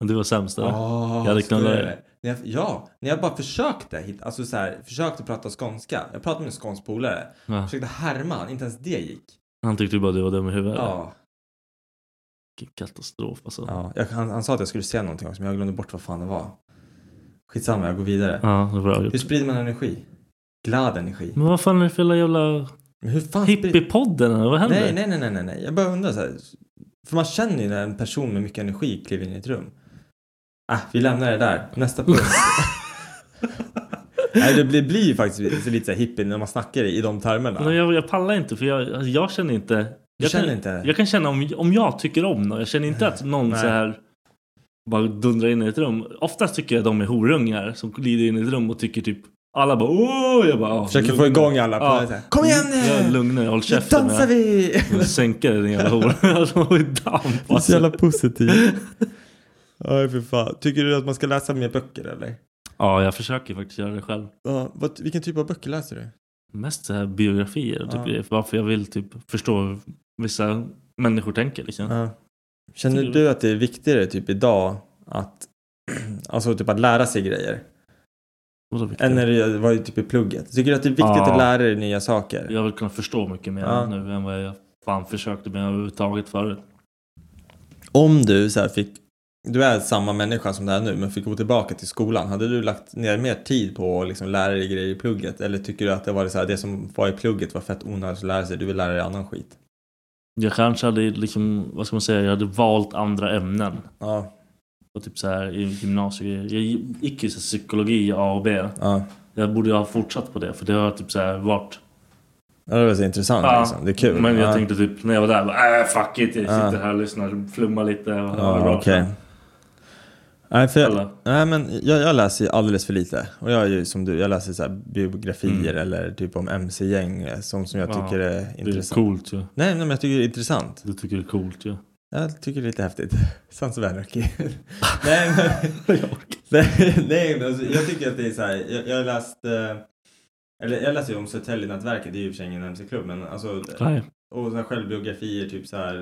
Speaker 6: Men Du var sämst eller?
Speaker 7: Ah,
Speaker 6: Jag hade
Speaker 7: så är
Speaker 6: knullat
Speaker 7: det.
Speaker 6: dig.
Speaker 7: När jag, ja, när jag bara försökte hitta, alltså så här, försökte prata skånska. Jag pratade med en skånsk polare.
Speaker 6: Ja.
Speaker 7: Försökte härma han, inte ens det gick.
Speaker 6: Han tyckte ju bara du var dum i huvudet.
Speaker 7: Ja.
Speaker 6: Vilken katastrof alltså.
Speaker 7: ja. Jag, han, han sa att jag skulle säga någonting också men jag glömde bort vad fan det var. Skitsamma, jag går vidare.
Speaker 6: Ja, det var bra gjort.
Speaker 7: Hur sprider man energi? Glad energi.
Speaker 6: Men vad fan är det för jävla
Speaker 7: Men hur fan sprider-
Speaker 6: hippiepodden? eller? Vad händer?
Speaker 7: Ah, Nej, nej, nej, nej, nej, nej. Jag bara undrar så här. För man känner ju när en person med mycket energi kliver in i ett rum. Ah, vi lämnar det där. Nästa punkt. nej, det blir, blir ju faktiskt lite så här hippie när man snackar i de
Speaker 6: Men
Speaker 7: termerna.
Speaker 6: Alltså, Jag, jag pallar inte för jag, alltså, jag känner inte.
Speaker 7: Du
Speaker 6: jag
Speaker 7: känner
Speaker 6: kan,
Speaker 7: inte?
Speaker 6: Jag kan känna om, om jag tycker om någon. Jag känner inte att någon
Speaker 7: Nej.
Speaker 6: så här bara dundrar in i ett rum. Oftast tycker jag de är horungar som glider in i ett rum och tycker typ alla bara åh. Jag bara, "Ja,
Speaker 7: Försöker få
Speaker 6: lugna."
Speaker 7: igång alla på
Speaker 6: Ja.
Speaker 7: så här, Kom igen
Speaker 6: Jag är
Speaker 7: nu!
Speaker 6: lugnare, håll
Speaker 7: Nu
Speaker 6: käften.
Speaker 7: dansar vi!
Speaker 6: Jag sänker den jävla horan. Alltså, De har ju damp.
Speaker 7: Det är så
Speaker 6: Alltså.
Speaker 7: jävla positivt. Aj, för fan. Tycker du att man ska läsa mer böcker eller?
Speaker 6: Ja, jag försöker faktiskt göra det själv.
Speaker 7: Ja, vad, vilken typ av böcker läser du?
Speaker 6: Mest så här biografier och typ
Speaker 7: Ja.
Speaker 6: grejer. Varför jag vill typ förstå hur vissa människor tänker liksom.
Speaker 7: Ja. Känner du att det är viktigare typ idag att, alltså typ att lära sig grejer?
Speaker 6: Vadå, vilket-
Speaker 7: Än när du var ju typ i plugget. Tycker du att det är viktigt
Speaker 6: Ja.
Speaker 7: att lära dig nya saker?
Speaker 6: Jag vill kunna förstå mycket mer
Speaker 7: Ja.
Speaker 6: nu än vad jag fan försökte med överhuvudtaget förut.
Speaker 7: Om du så här fick, du är samma människa som du är nu men fick gå tillbaka till skolan. Hade du lagt ner mer tid på att liksom lära dig grejer i plugget? Eller tycker du att det var så här, det som var i plugget var fett onödigt att lära sig? Du vill lära dig annan skit?
Speaker 6: Jag kanske hade liksom, vad ska man säga, jag hade valt andra ämnen.
Speaker 7: Ja,
Speaker 6: Och typ så här i gymnasiet. Jag gick ju så här psykologi A och B.
Speaker 7: ja,
Speaker 6: Jag borde ju ha fortsatt på det för det har typ så här varit
Speaker 7: Ja, det var så intressant liksom. Det är kul.
Speaker 6: Men jag
Speaker 7: ja.
Speaker 6: tänkte typ när jag var där, bara, äh, fuck it. Jag
Speaker 7: Ja.
Speaker 6: sitter här och lyssnar, flummar lite. Och har det
Speaker 7: Ja,
Speaker 6: bra.
Speaker 7: okej. Nej, för jag,
Speaker 6: Eller?
Speaker 7: nej, men jag, jag läser ju alldeles för lite. Och jag är ju som du, jag läser så här biografier eller typ om mc-gäng. eh, Som, som jag
Speaker 6: Mm. Ja,
Speaker 7: tycker är
Speaker 6: Det är
Speaker 7: intressant.
Speaker 6: coolt ju. Ja.
Speaker 7: Nej, nej, men jag tycker det är intressant.
Speaker 6: Du tycker det är coolt ju. Ja.
Speaker 7: Jag tycker det är lite häftigt. Sons of Anarchy. nej, men, nej, nej, men alltså, jag tycker att det är så här. Jag, jag läste... Eller jag läste ju om Södertälje-nätverket, det är ju i och för sig ingen mc-klubb, men alltså...
Speaker 6: Nej.
Speaker 7: Och så här självbiografier, typ så här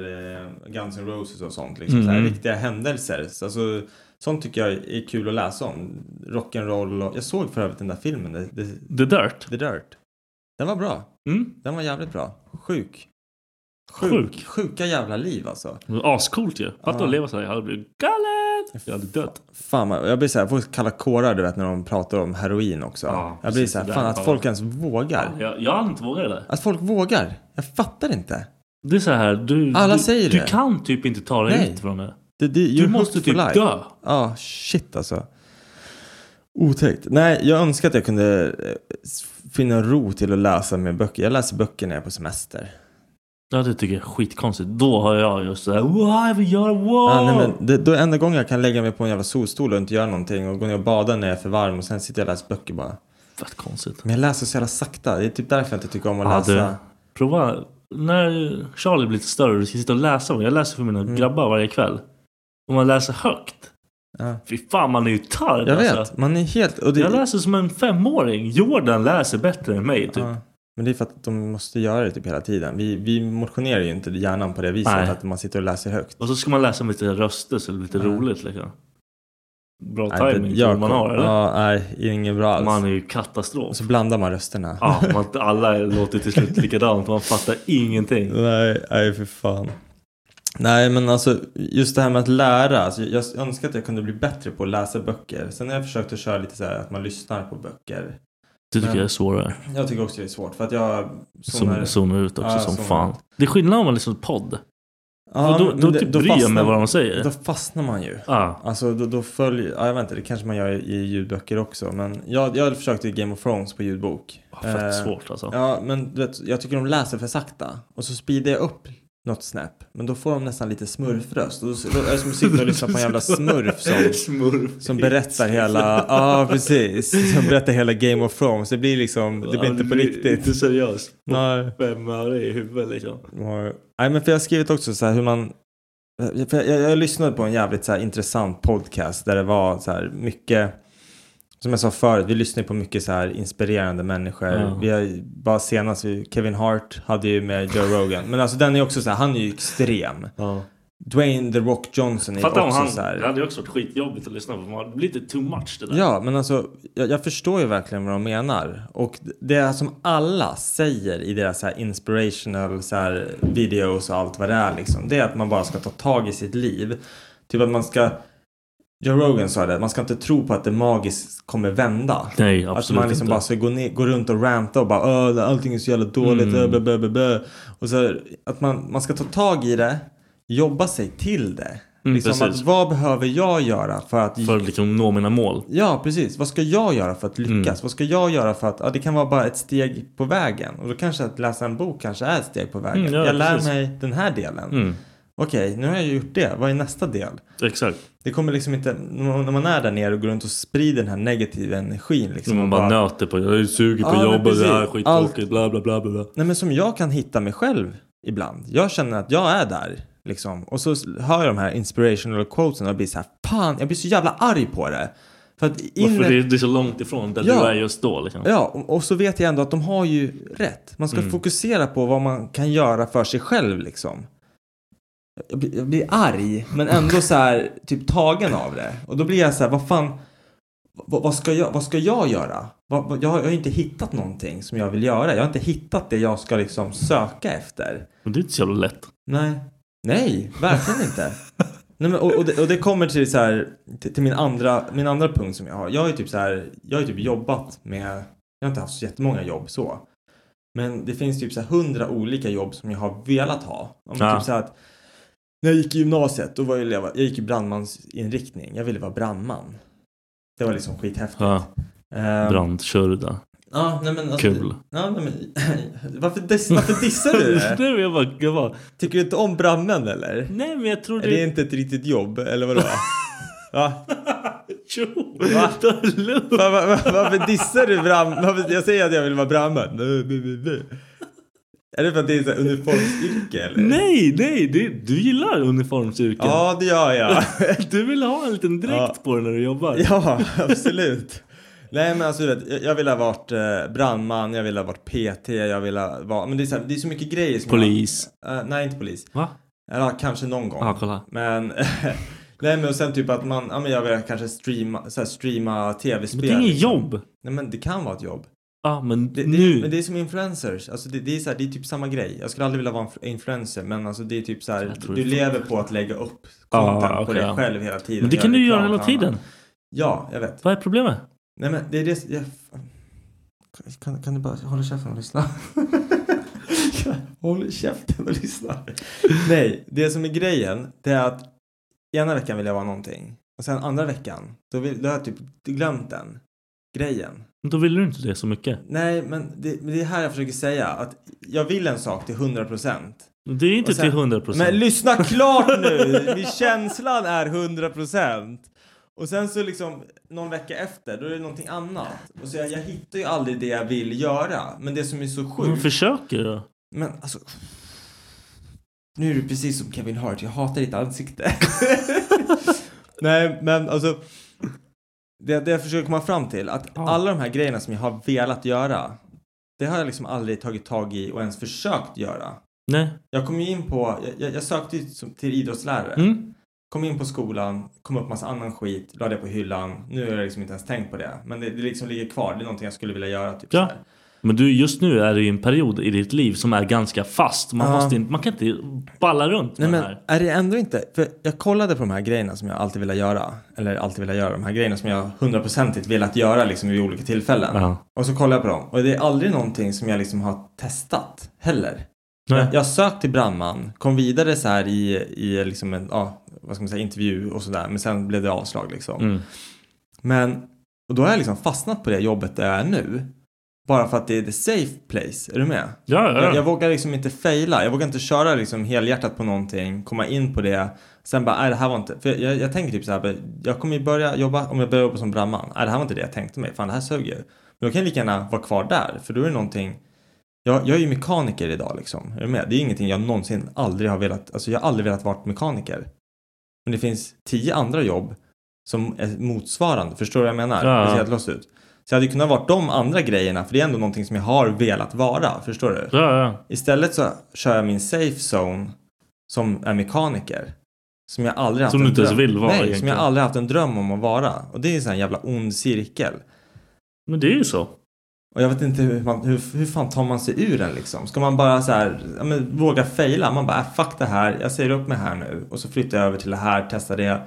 Speaker 7: eh, Guns N' Roses och sånt. Liksom,
Speaker 6: Mm.
Speaker 7: så här, riktiga händelser. Så, alltså, sånt tycker jag är kul att läsa om. Rock'n'roll och... Jag såg för övrigt den där filmen, The, The,
Speaker 6: The Dirt.
Speaker 7: The Dirt. Den var bra.
Speaker 6: Mm.
Speaker 7: Den var jävligt bra. Sjuk.
Speaker 6: Sjuk.
Speaker 7: Sjuka jävla liv alltså.
Speaker 6: Det var Ascoolt ju. Fattar du att leva så här? Jag hade blivit galen. Jag hade dött.
Speaker 7: Fan, vad- jag blir så här, jag får kalla kårar du vet när de pratar om heroin också.
Speaker 6: Ja,
Speaker 7: jag blir
Speaker 6: precis,
Speaker 7: så här,
Speaker 6: det där
Speaker 7: fan
Speaker 6: är
Speaker 7: att
Speaker 6: bara-
Speaker 7: folk ens vågar.
Speaker 6: Jag, jag hade inte vågat det där.
Speaker 7: Att folk vågar. Jag fattar inte.
Speaker 6: Det är så här, du,
Speaker 7: Alla
Speaker 6: du,
Speaker 7: säger
Speaker 6: du
Speaker 7: det.
Speaker 6: kan typ inte ta dig
Speaker 7: Nej.
Speaker 6: ut från det.
Speaker 7: Det, det,
Speaker 6: Du
Speaker 7: you're
Speaker 6: måste
Speaker 7: hooked for
Speaker 6: typ
Speaker 7: life.
Speaker 6: dö.
Speaker 7: Ja, shit alltså. Otäckt. Nej, jag önskar att jag kunde eh, s- finna ro till att läsa med böcker. Jag läser böcker när jag är på semester.
Speaker 6: Ja, det tycker jag är skitkonstigt. Då har jag just såhär, wow, vi gör wow!
Speaker 7: Ja, nej, men det, då är enda gången jag kan lägga mig på en jävla solstol och inte göra någonting och gå ner och bada när jag är för varm och sen sitter jag och läser böcker bara.
Speaker 6: Fett konstigt.
Speaker 7: Men jag läser så jävla sakta. Det är typ därför jag inte tycker om att
Speaker 6: Ja, du,
Speaker 7: läsa.
Speaker 6: prova. När Charlie blir lite större och du ska sitta och läsa. Jag läser för
Speaker 7: Mm.
Speaker 6: mina grabbar varje kväll. Och man läser högt.
Speaker 7: Ja.
Speaker 6: Fy fan, man är ju tarv
Speaker 7: Jag
Speaker 6: Alltså.
Speaker 7: vet, man är helt... Och det,
Speaker 6: Jag läser som en femåring. Jordan läser bättre än mig typ.
Speaker 7: Ja. Men det är för att de måste göra det typ hela tiden. Vi, vi motionerar ju inte hjärnan på det viset
Speaker 6: Nej.
Speaker 7: att man sitter och läser högt.
Speaker 6: Och så ska man läsa med lite röster så det blir lite
Speaker 7: Ja.
Speaker 6: roligt liksom. Bra
Speaker 7: Nej,
Speaker 6: timing
Speaker 7: jag
Speaker 6: tror man har eller?
Speaker 7: Ja, nej, det är inget bra alls.
Speaker 6: Man är ju katastrof.
Speaker 7: Och så blandar man rösterna.
Speaker 6: Ja, man, alla låter till slut likadant. Man fattar ingenting.
Speaker 7: Nej, nej för fan. Nej, men alltså just det här med att lära. Alltså, jag jag önskar att jag kunde bli bättre på att läsa böcker. Sen har jag försökt att köra lite så här att man lyssnar på böcker.
Speaker 6: Det tycker
Speaker 7: Men-
Speaker 6: jag är svårare.
Speaker 7: Jag tycker också det är svårt för att jag
Speaker 6: Zonar zonar ut också
Speaker 7: Ja,
Speaker 6: som
Speaker 7: zonar
Speaker 6: fan.
Speaker 7: ut.
Speaker 6: Det är skillnad om man lyssnar på podd.
Speaker 7: Ja,
Speaker 6: För då
Speaker 7: men
Speaker 6: då,
Speaker 7: det-
Speaker 6: typ bryr jag mig
Speaker 7: fastnar-
Speaker 6: vad de säger.
Speaker 7: Då fastnar man ju.
Speaker 6: Ja.
Speaker 7: Alltså då, då följer, ja, jag vet inte, det kanske man gör i, i ljudböcker också. Men jag, jag försökte Game of Thrones på ljudbok.
Speaker 6: Ah, fett
Speaker 7: Eh,
Speaker 6: svårt alltså.
Speaker 7: Ja, men du vet, jag tycker de läser för sakta. Och så speedar jag upp något snäpp. Men då får de nästan lite smurfröst. Och då, då är det som att sitta och lyssna på en jävla smurf som,
Speaker 6: Smurf.
Speaker 7: som berättar hela, ja precis. Som berättar hela Game of Thrones. Det blir liksom, det blir inte på
Speaker 6: Inte
Speaker 7: riktigt.
Speaker 6: seriöst.
Speaker 7: Nej.
Speaker 6: Fem öre i huvudet liksom.
Speaker 7: Ja. Nej men för jag har skrivit också så här hur man för jag, jag, jag lyssnade på en jävligt så här intressant podcast där det var så här mycket som jag sa förut, vi lyssnar ju på mycket så här inspirerande människor.
Speaker 6: Ja.
Speaker 7: Vi har ju bara senast, Kevin Hart hade ju med Joe Rogan. Men alltså den är också så här, han är ju extrem.
Speaker 6: Ja.
Speaker 7: Dwayne The Rock Johnson är
Speaker 6: Fattar om
Speaker 7: också
Speaker 6: han
Speaker 7: så
Speaker 6: det
Speaker 7: här.
Speaker 6: hade ju också varit skitjobbigt att lyssna på. för man- Det blir lite too much det där.
Speaker 7: Ja, men alltså jag, jag förstår ju verkligen vad de menar. Och det som alla säger i deras så här inspirational så här videos och allt vad det är liksom. Det är att man bara ska ta tag i sitt liv. Typ att man ska... Joe Rogan sa det, man ska inte tro på att det magiskt kommer vända.
Speaker 6: Nej,
Speaker 7: Att
Speaker 6: absolut
Speaker 7: man liksom
Speaker 6: inte.
Speaker 7: bara ska gå, ner, gå runt och ranta och bara "Åh, allting är så jävla dåligt.
Speaker 6: Mm.
Speaker 7: Mm. Bö, bö, bö, bö. Och så här, att man, man ska ta tag i det, jobba sig till det.
Speaker 6: Mm,
Speaker 7: liksom att,
Speaker 6: precis.
Speaker 7: vad behöver jag göra för att
Speaker 6: För att liksom nå mina mål.
Speaker 7: Ja, precis. Vad ska jag göra för att lyckas?
Speaker 6: Mm.
Speaker 7: Vad ska jag göra för att... Ja, det kan vara bara ett steg på vägen. Och då kanske att läsa en bok kanske är ett steg på vägen.
Speaker 6: Mm, ja,
Speaker 7: jag lär
Speaker 6: precis.
Speaker 7: mig den här delen.
Speaker 6: Mm.
Speaker 7: Okej, nu har jag gjort det. Vad är nästa del?
Speaker 6: Exakt.
Speaker 7: Det kommer liksom inte... När man är där nere och går runt och sprider den här negativa energin liksom.
Speaker 6: Som Mm, man
Speaker 7: och
Speaker 6: bara nöter på. Jag är sugen på
Speaker 7: Ja, men
Speaker 6: jobbet. Det här är
Speaker 7: precis.
Speaker 6: skittråkigt. Bla bla bla bla, bla.
Speaker 7: Nej, men som jag kan hitta mig själv ibland. Jag känner att jag är där. Liksom. Och så hör jag de här inspirational quotesen och jag blir så här, fan, jag blir så jävla arg på det. För att
Speaker 6: Varför
Speaker 7: inre-
Speaker 6: det, är, det är så långt ifrån där
Speaker 7: Ja.
Speaker 6: du är just då liksom.
Speaker 7: Ja, och, och så vet jag ändå att de har ju rätt. Man ska fokusera på vad man kan göra för sig själv liksom. Jag blir, jag blir arg, men ändå så här typ tagen av det. Och då blir jag så här, vad fan, vad, vad, ska, jag, vad ska jag göra? Vad, vad, jag, har, jag har inte hittat någonting som jag vill göra. Jag har inte hittat det jag ska liksom söka efter.
Speaker 6: Men det är inte så jävla lätt.
Speaker 7: Nej. Nej, verkligen inte. Nej, men, och, och, det, och det kommer till, så här, till, till min, andra, min andra punkt som jag har. Jag har ju typ, så här, jag har ju typ jobbat med, jag har inte haft så jättemånga jobb så. Men det finns typ så här hundra olika jobb som jag har velat ha. Om
Speaker 6: Ja.
Speaker 7: typ så här att, när jag gick i gymnasiet, då var jag, elev- jag gick i brandmansinriktning. Jag ville vara brandman. Det var liksom skithäftigt.
Speaker 6: Ja.
Speaker 7: Ehm,
Speaker 6: Brandkörda.
Speaker 7: Ja, nej men alltså,
Speaker 6: Kul.
Speaker 7: Ja, nej men, varför, diss, varför dissar du det?
Speaker 6: Nej, men jag bara, jag bara,
Speaker 7: Tycker du inte om brandmän eller?
Speaker 6: nej men jag tror
Speaker 7: Är det
Speaker 6: det...
Speaker 7: inte ett riktigt jobb eller vadå? Va?
Speaker 6: Jo!
Speaker 7: Va?
Speaker 6: Ta det lugnt.
Speaker 7: Va, va, va, varför dissar du brand... Varför, jag säger att jag vill vara brandman. Nu, nu, nu, nu. Är det för att det är så här uniformsyrke eller?
Speaker 6: Nej, nej, du, du gillar uniformsyrken.
Speaker 7: Ja, det gör jag.
Speaker 6: Du vill ha en liten dräkt
Speaker 7: Ja.
Speaker 6: på dig när du jobbar.
Speaker 7: Ja, absolut. Nej men alltså du vet, jag- jag vill ha varit eh, brandman, jag vill ha varit PT, jag vill ha varit... Men det är så, här, det är så mycket grejer som...
Speaker 6: Polis.
Speaker 7: Jag, Eh, nej, inte polis.
Speaker 6: Va?
Speaker 7: Eller ja, kanske någon gång.
Speaker 6: Ja, kolla.
Speaker 7: Men... Nej men och sen typ att man, ja men jag vill kanske streama, så här, streama tv-spel.
Speaker 6: Men det är inget
Speaker 7: liksom.
Speaker 6: jobb.
Speaker 7: Nej men det kan vara ett jobb.
Speaker 6: Ja, men
Speaker 7: Det,
Speaker 6: nu.
Speaker 7: det, men det är som influencers, alltså det, det, är så här, det är typ samma grej. Jag skulle aldrig vilja vara en fr- influencer men alltså det är typ så här,
Speaker 6: Jag tror
Speaker 7: du
Speaker 6: det-
Speaker 7: lever på att lägga upp
Speaker 6: Ja,
Speaker 7: content på
Speaker 6: okej,
Speaker 7: dig
Speaker 6: ja.
Speaker 7: själv hela tiden.
Speaker 6: Men det kan du ju göra hela
Speaker 7: reklam för
Speaker 6: tiden.
Speaker 7: annat. Ja, jag vet.
Speaker 6: Vad är problemet?
Speaker 7: Nej men det är det jag... kan, kan du bara hålla käften och lyssna? Håll käften och lyssna. Nej, det som är grejen det är att ena veckan vill jag vara någonting och sen andra veckan då, vill, då har jag typ glömt den grejen.
Speaker 6: Men Då vill du inte det så mycket.
Speaker 7: Nej, men det, men det är här jag försöker säga att jag vill en sak till 100 procent.
Speaker 6: Det är inte
Speaker 7: Och sen-
Speaker 6: till 100 procent.
Speaker 7: Men lyssna klart nu! Min känslan är 100 procent. Och sen så liksom någon vecka efter, då är det någonting annat. Och så jag, jag hittar ju aldrig det jag vill göra. Men det som är så
Speaker 6: Men
Speaker 7: sjukt.
Speaker 6: försöker då?
Speaker 7: Men alltså. Nu är du precis som Kevin Hart, jag hatar ditt ansikte. Nej, men alltså. Det, det jag försöker komma fram till, att alla de här grejerna som jag har velat göra. Det har jag liksom aldrig tagit tag i och ens försökt göra.
Speaker 6: Nej.
Speaker 7: Jag kom ju in på, jag- jag, jag sökte ju som, till idrottslärare.
Speaker 6: Mm.
Speaker 7: Kom in på skolan, kom upp massa annan skit, la det på hyllan. Nu har jag liksom inte ens tänkt på det. Men det, det liksom ligger kvar, det är någonting jag skulle vilja göra. Typ
Speaker 6: Ja.
Speaker 7: så här.
Speaker 6: Men du, just nu är det ju en period i ditt liv som är ganska fast. Man,
Speaker 7: Ja.
Speaker 6: måste inte, man kan inte balla runt
Speaker 7: Nej
Speaker 6: med
Speaker 7: men
Speaker 6: det här.
Speaker 7: är det ändå inte, för jag kollade på de här grejerna som jag alltid velat göra. Eller alltid velat göra, de här grejerna som jag hundraprocentigt velat göra liksom vid olika tillfällen.
Speaker 6: Ja.
Speaker 7: Och så kollade jag på dem och det är aldrig någonting som jag liksom har testat heller.
Speaker 6: Nej.
Speaker 7: Jag, jag sökte till brandman, kom vidare så här i, i liksom en, ja, vad ska man säga, intervju och sådär. Men sen blev det avslag liksom.
Speaker 6: Mm.
Speaker 7: Men, och då har jag liksom fastnat på det jobbet där jag är nu. Bara för att det är the safe place, är du med?
Speaker 6: Ja, ja, ja.
Speaker 7: Jag, jag vågar liksom inte faila, jag vågar inte köra liksom helhjärtat på någonting, komma in på det. Sen bara, nej det här var inte, för jag, jag tänker typ så här, jag kommer ju börja jobba, om jag börjar jobba som brandman, nej det här var inte det jag tänkte mig, fan det här suger. Men då kan jag lika gärna vara kvar där, för då är det någonting, jag, jag är ju mekaniker idag liksom, är du med? Det är ingenting jag någonsin aldrig har velat, alltså jag har aldrig velat vara mekaniker. Men det finns tio andra jobb som är motsvarande, förstår du vad jag menar?
Speaker 6: Ja.
Speaker 7: Det ser helt lost ut. Så jag hade ju kunnat vara de andra grejerna, för det är ändå någonting som jag har velat vara, förstår du?
Speaker 6: Ja, ja.
Speaker 7: Istället så kör jag min safe zone som är mekaniker. Som jag aldrig haft
Speaker 6: Som
Speaker 7: en
Speaker 6: du inte ens
Speaker 7: dröm.
Speaker 6: vill vara
Speaker 7: Nej, som
Speaker 6: egentligen.
Speaker 7: jag aldrig haft en dröm om att vara. Och det är en sån här jävla ond cirkel.
Speaker 6: Men det är ju så.
Speaker 7: Och jag vet inte hur, man, hur, hur fan tar man sig ur den liksom? Ska man bara så här, ja, men, våga fejla? Man bara, äh, fuck det här, jag säger upp mig här nu. Och så flyttar jag över till det här, testar det.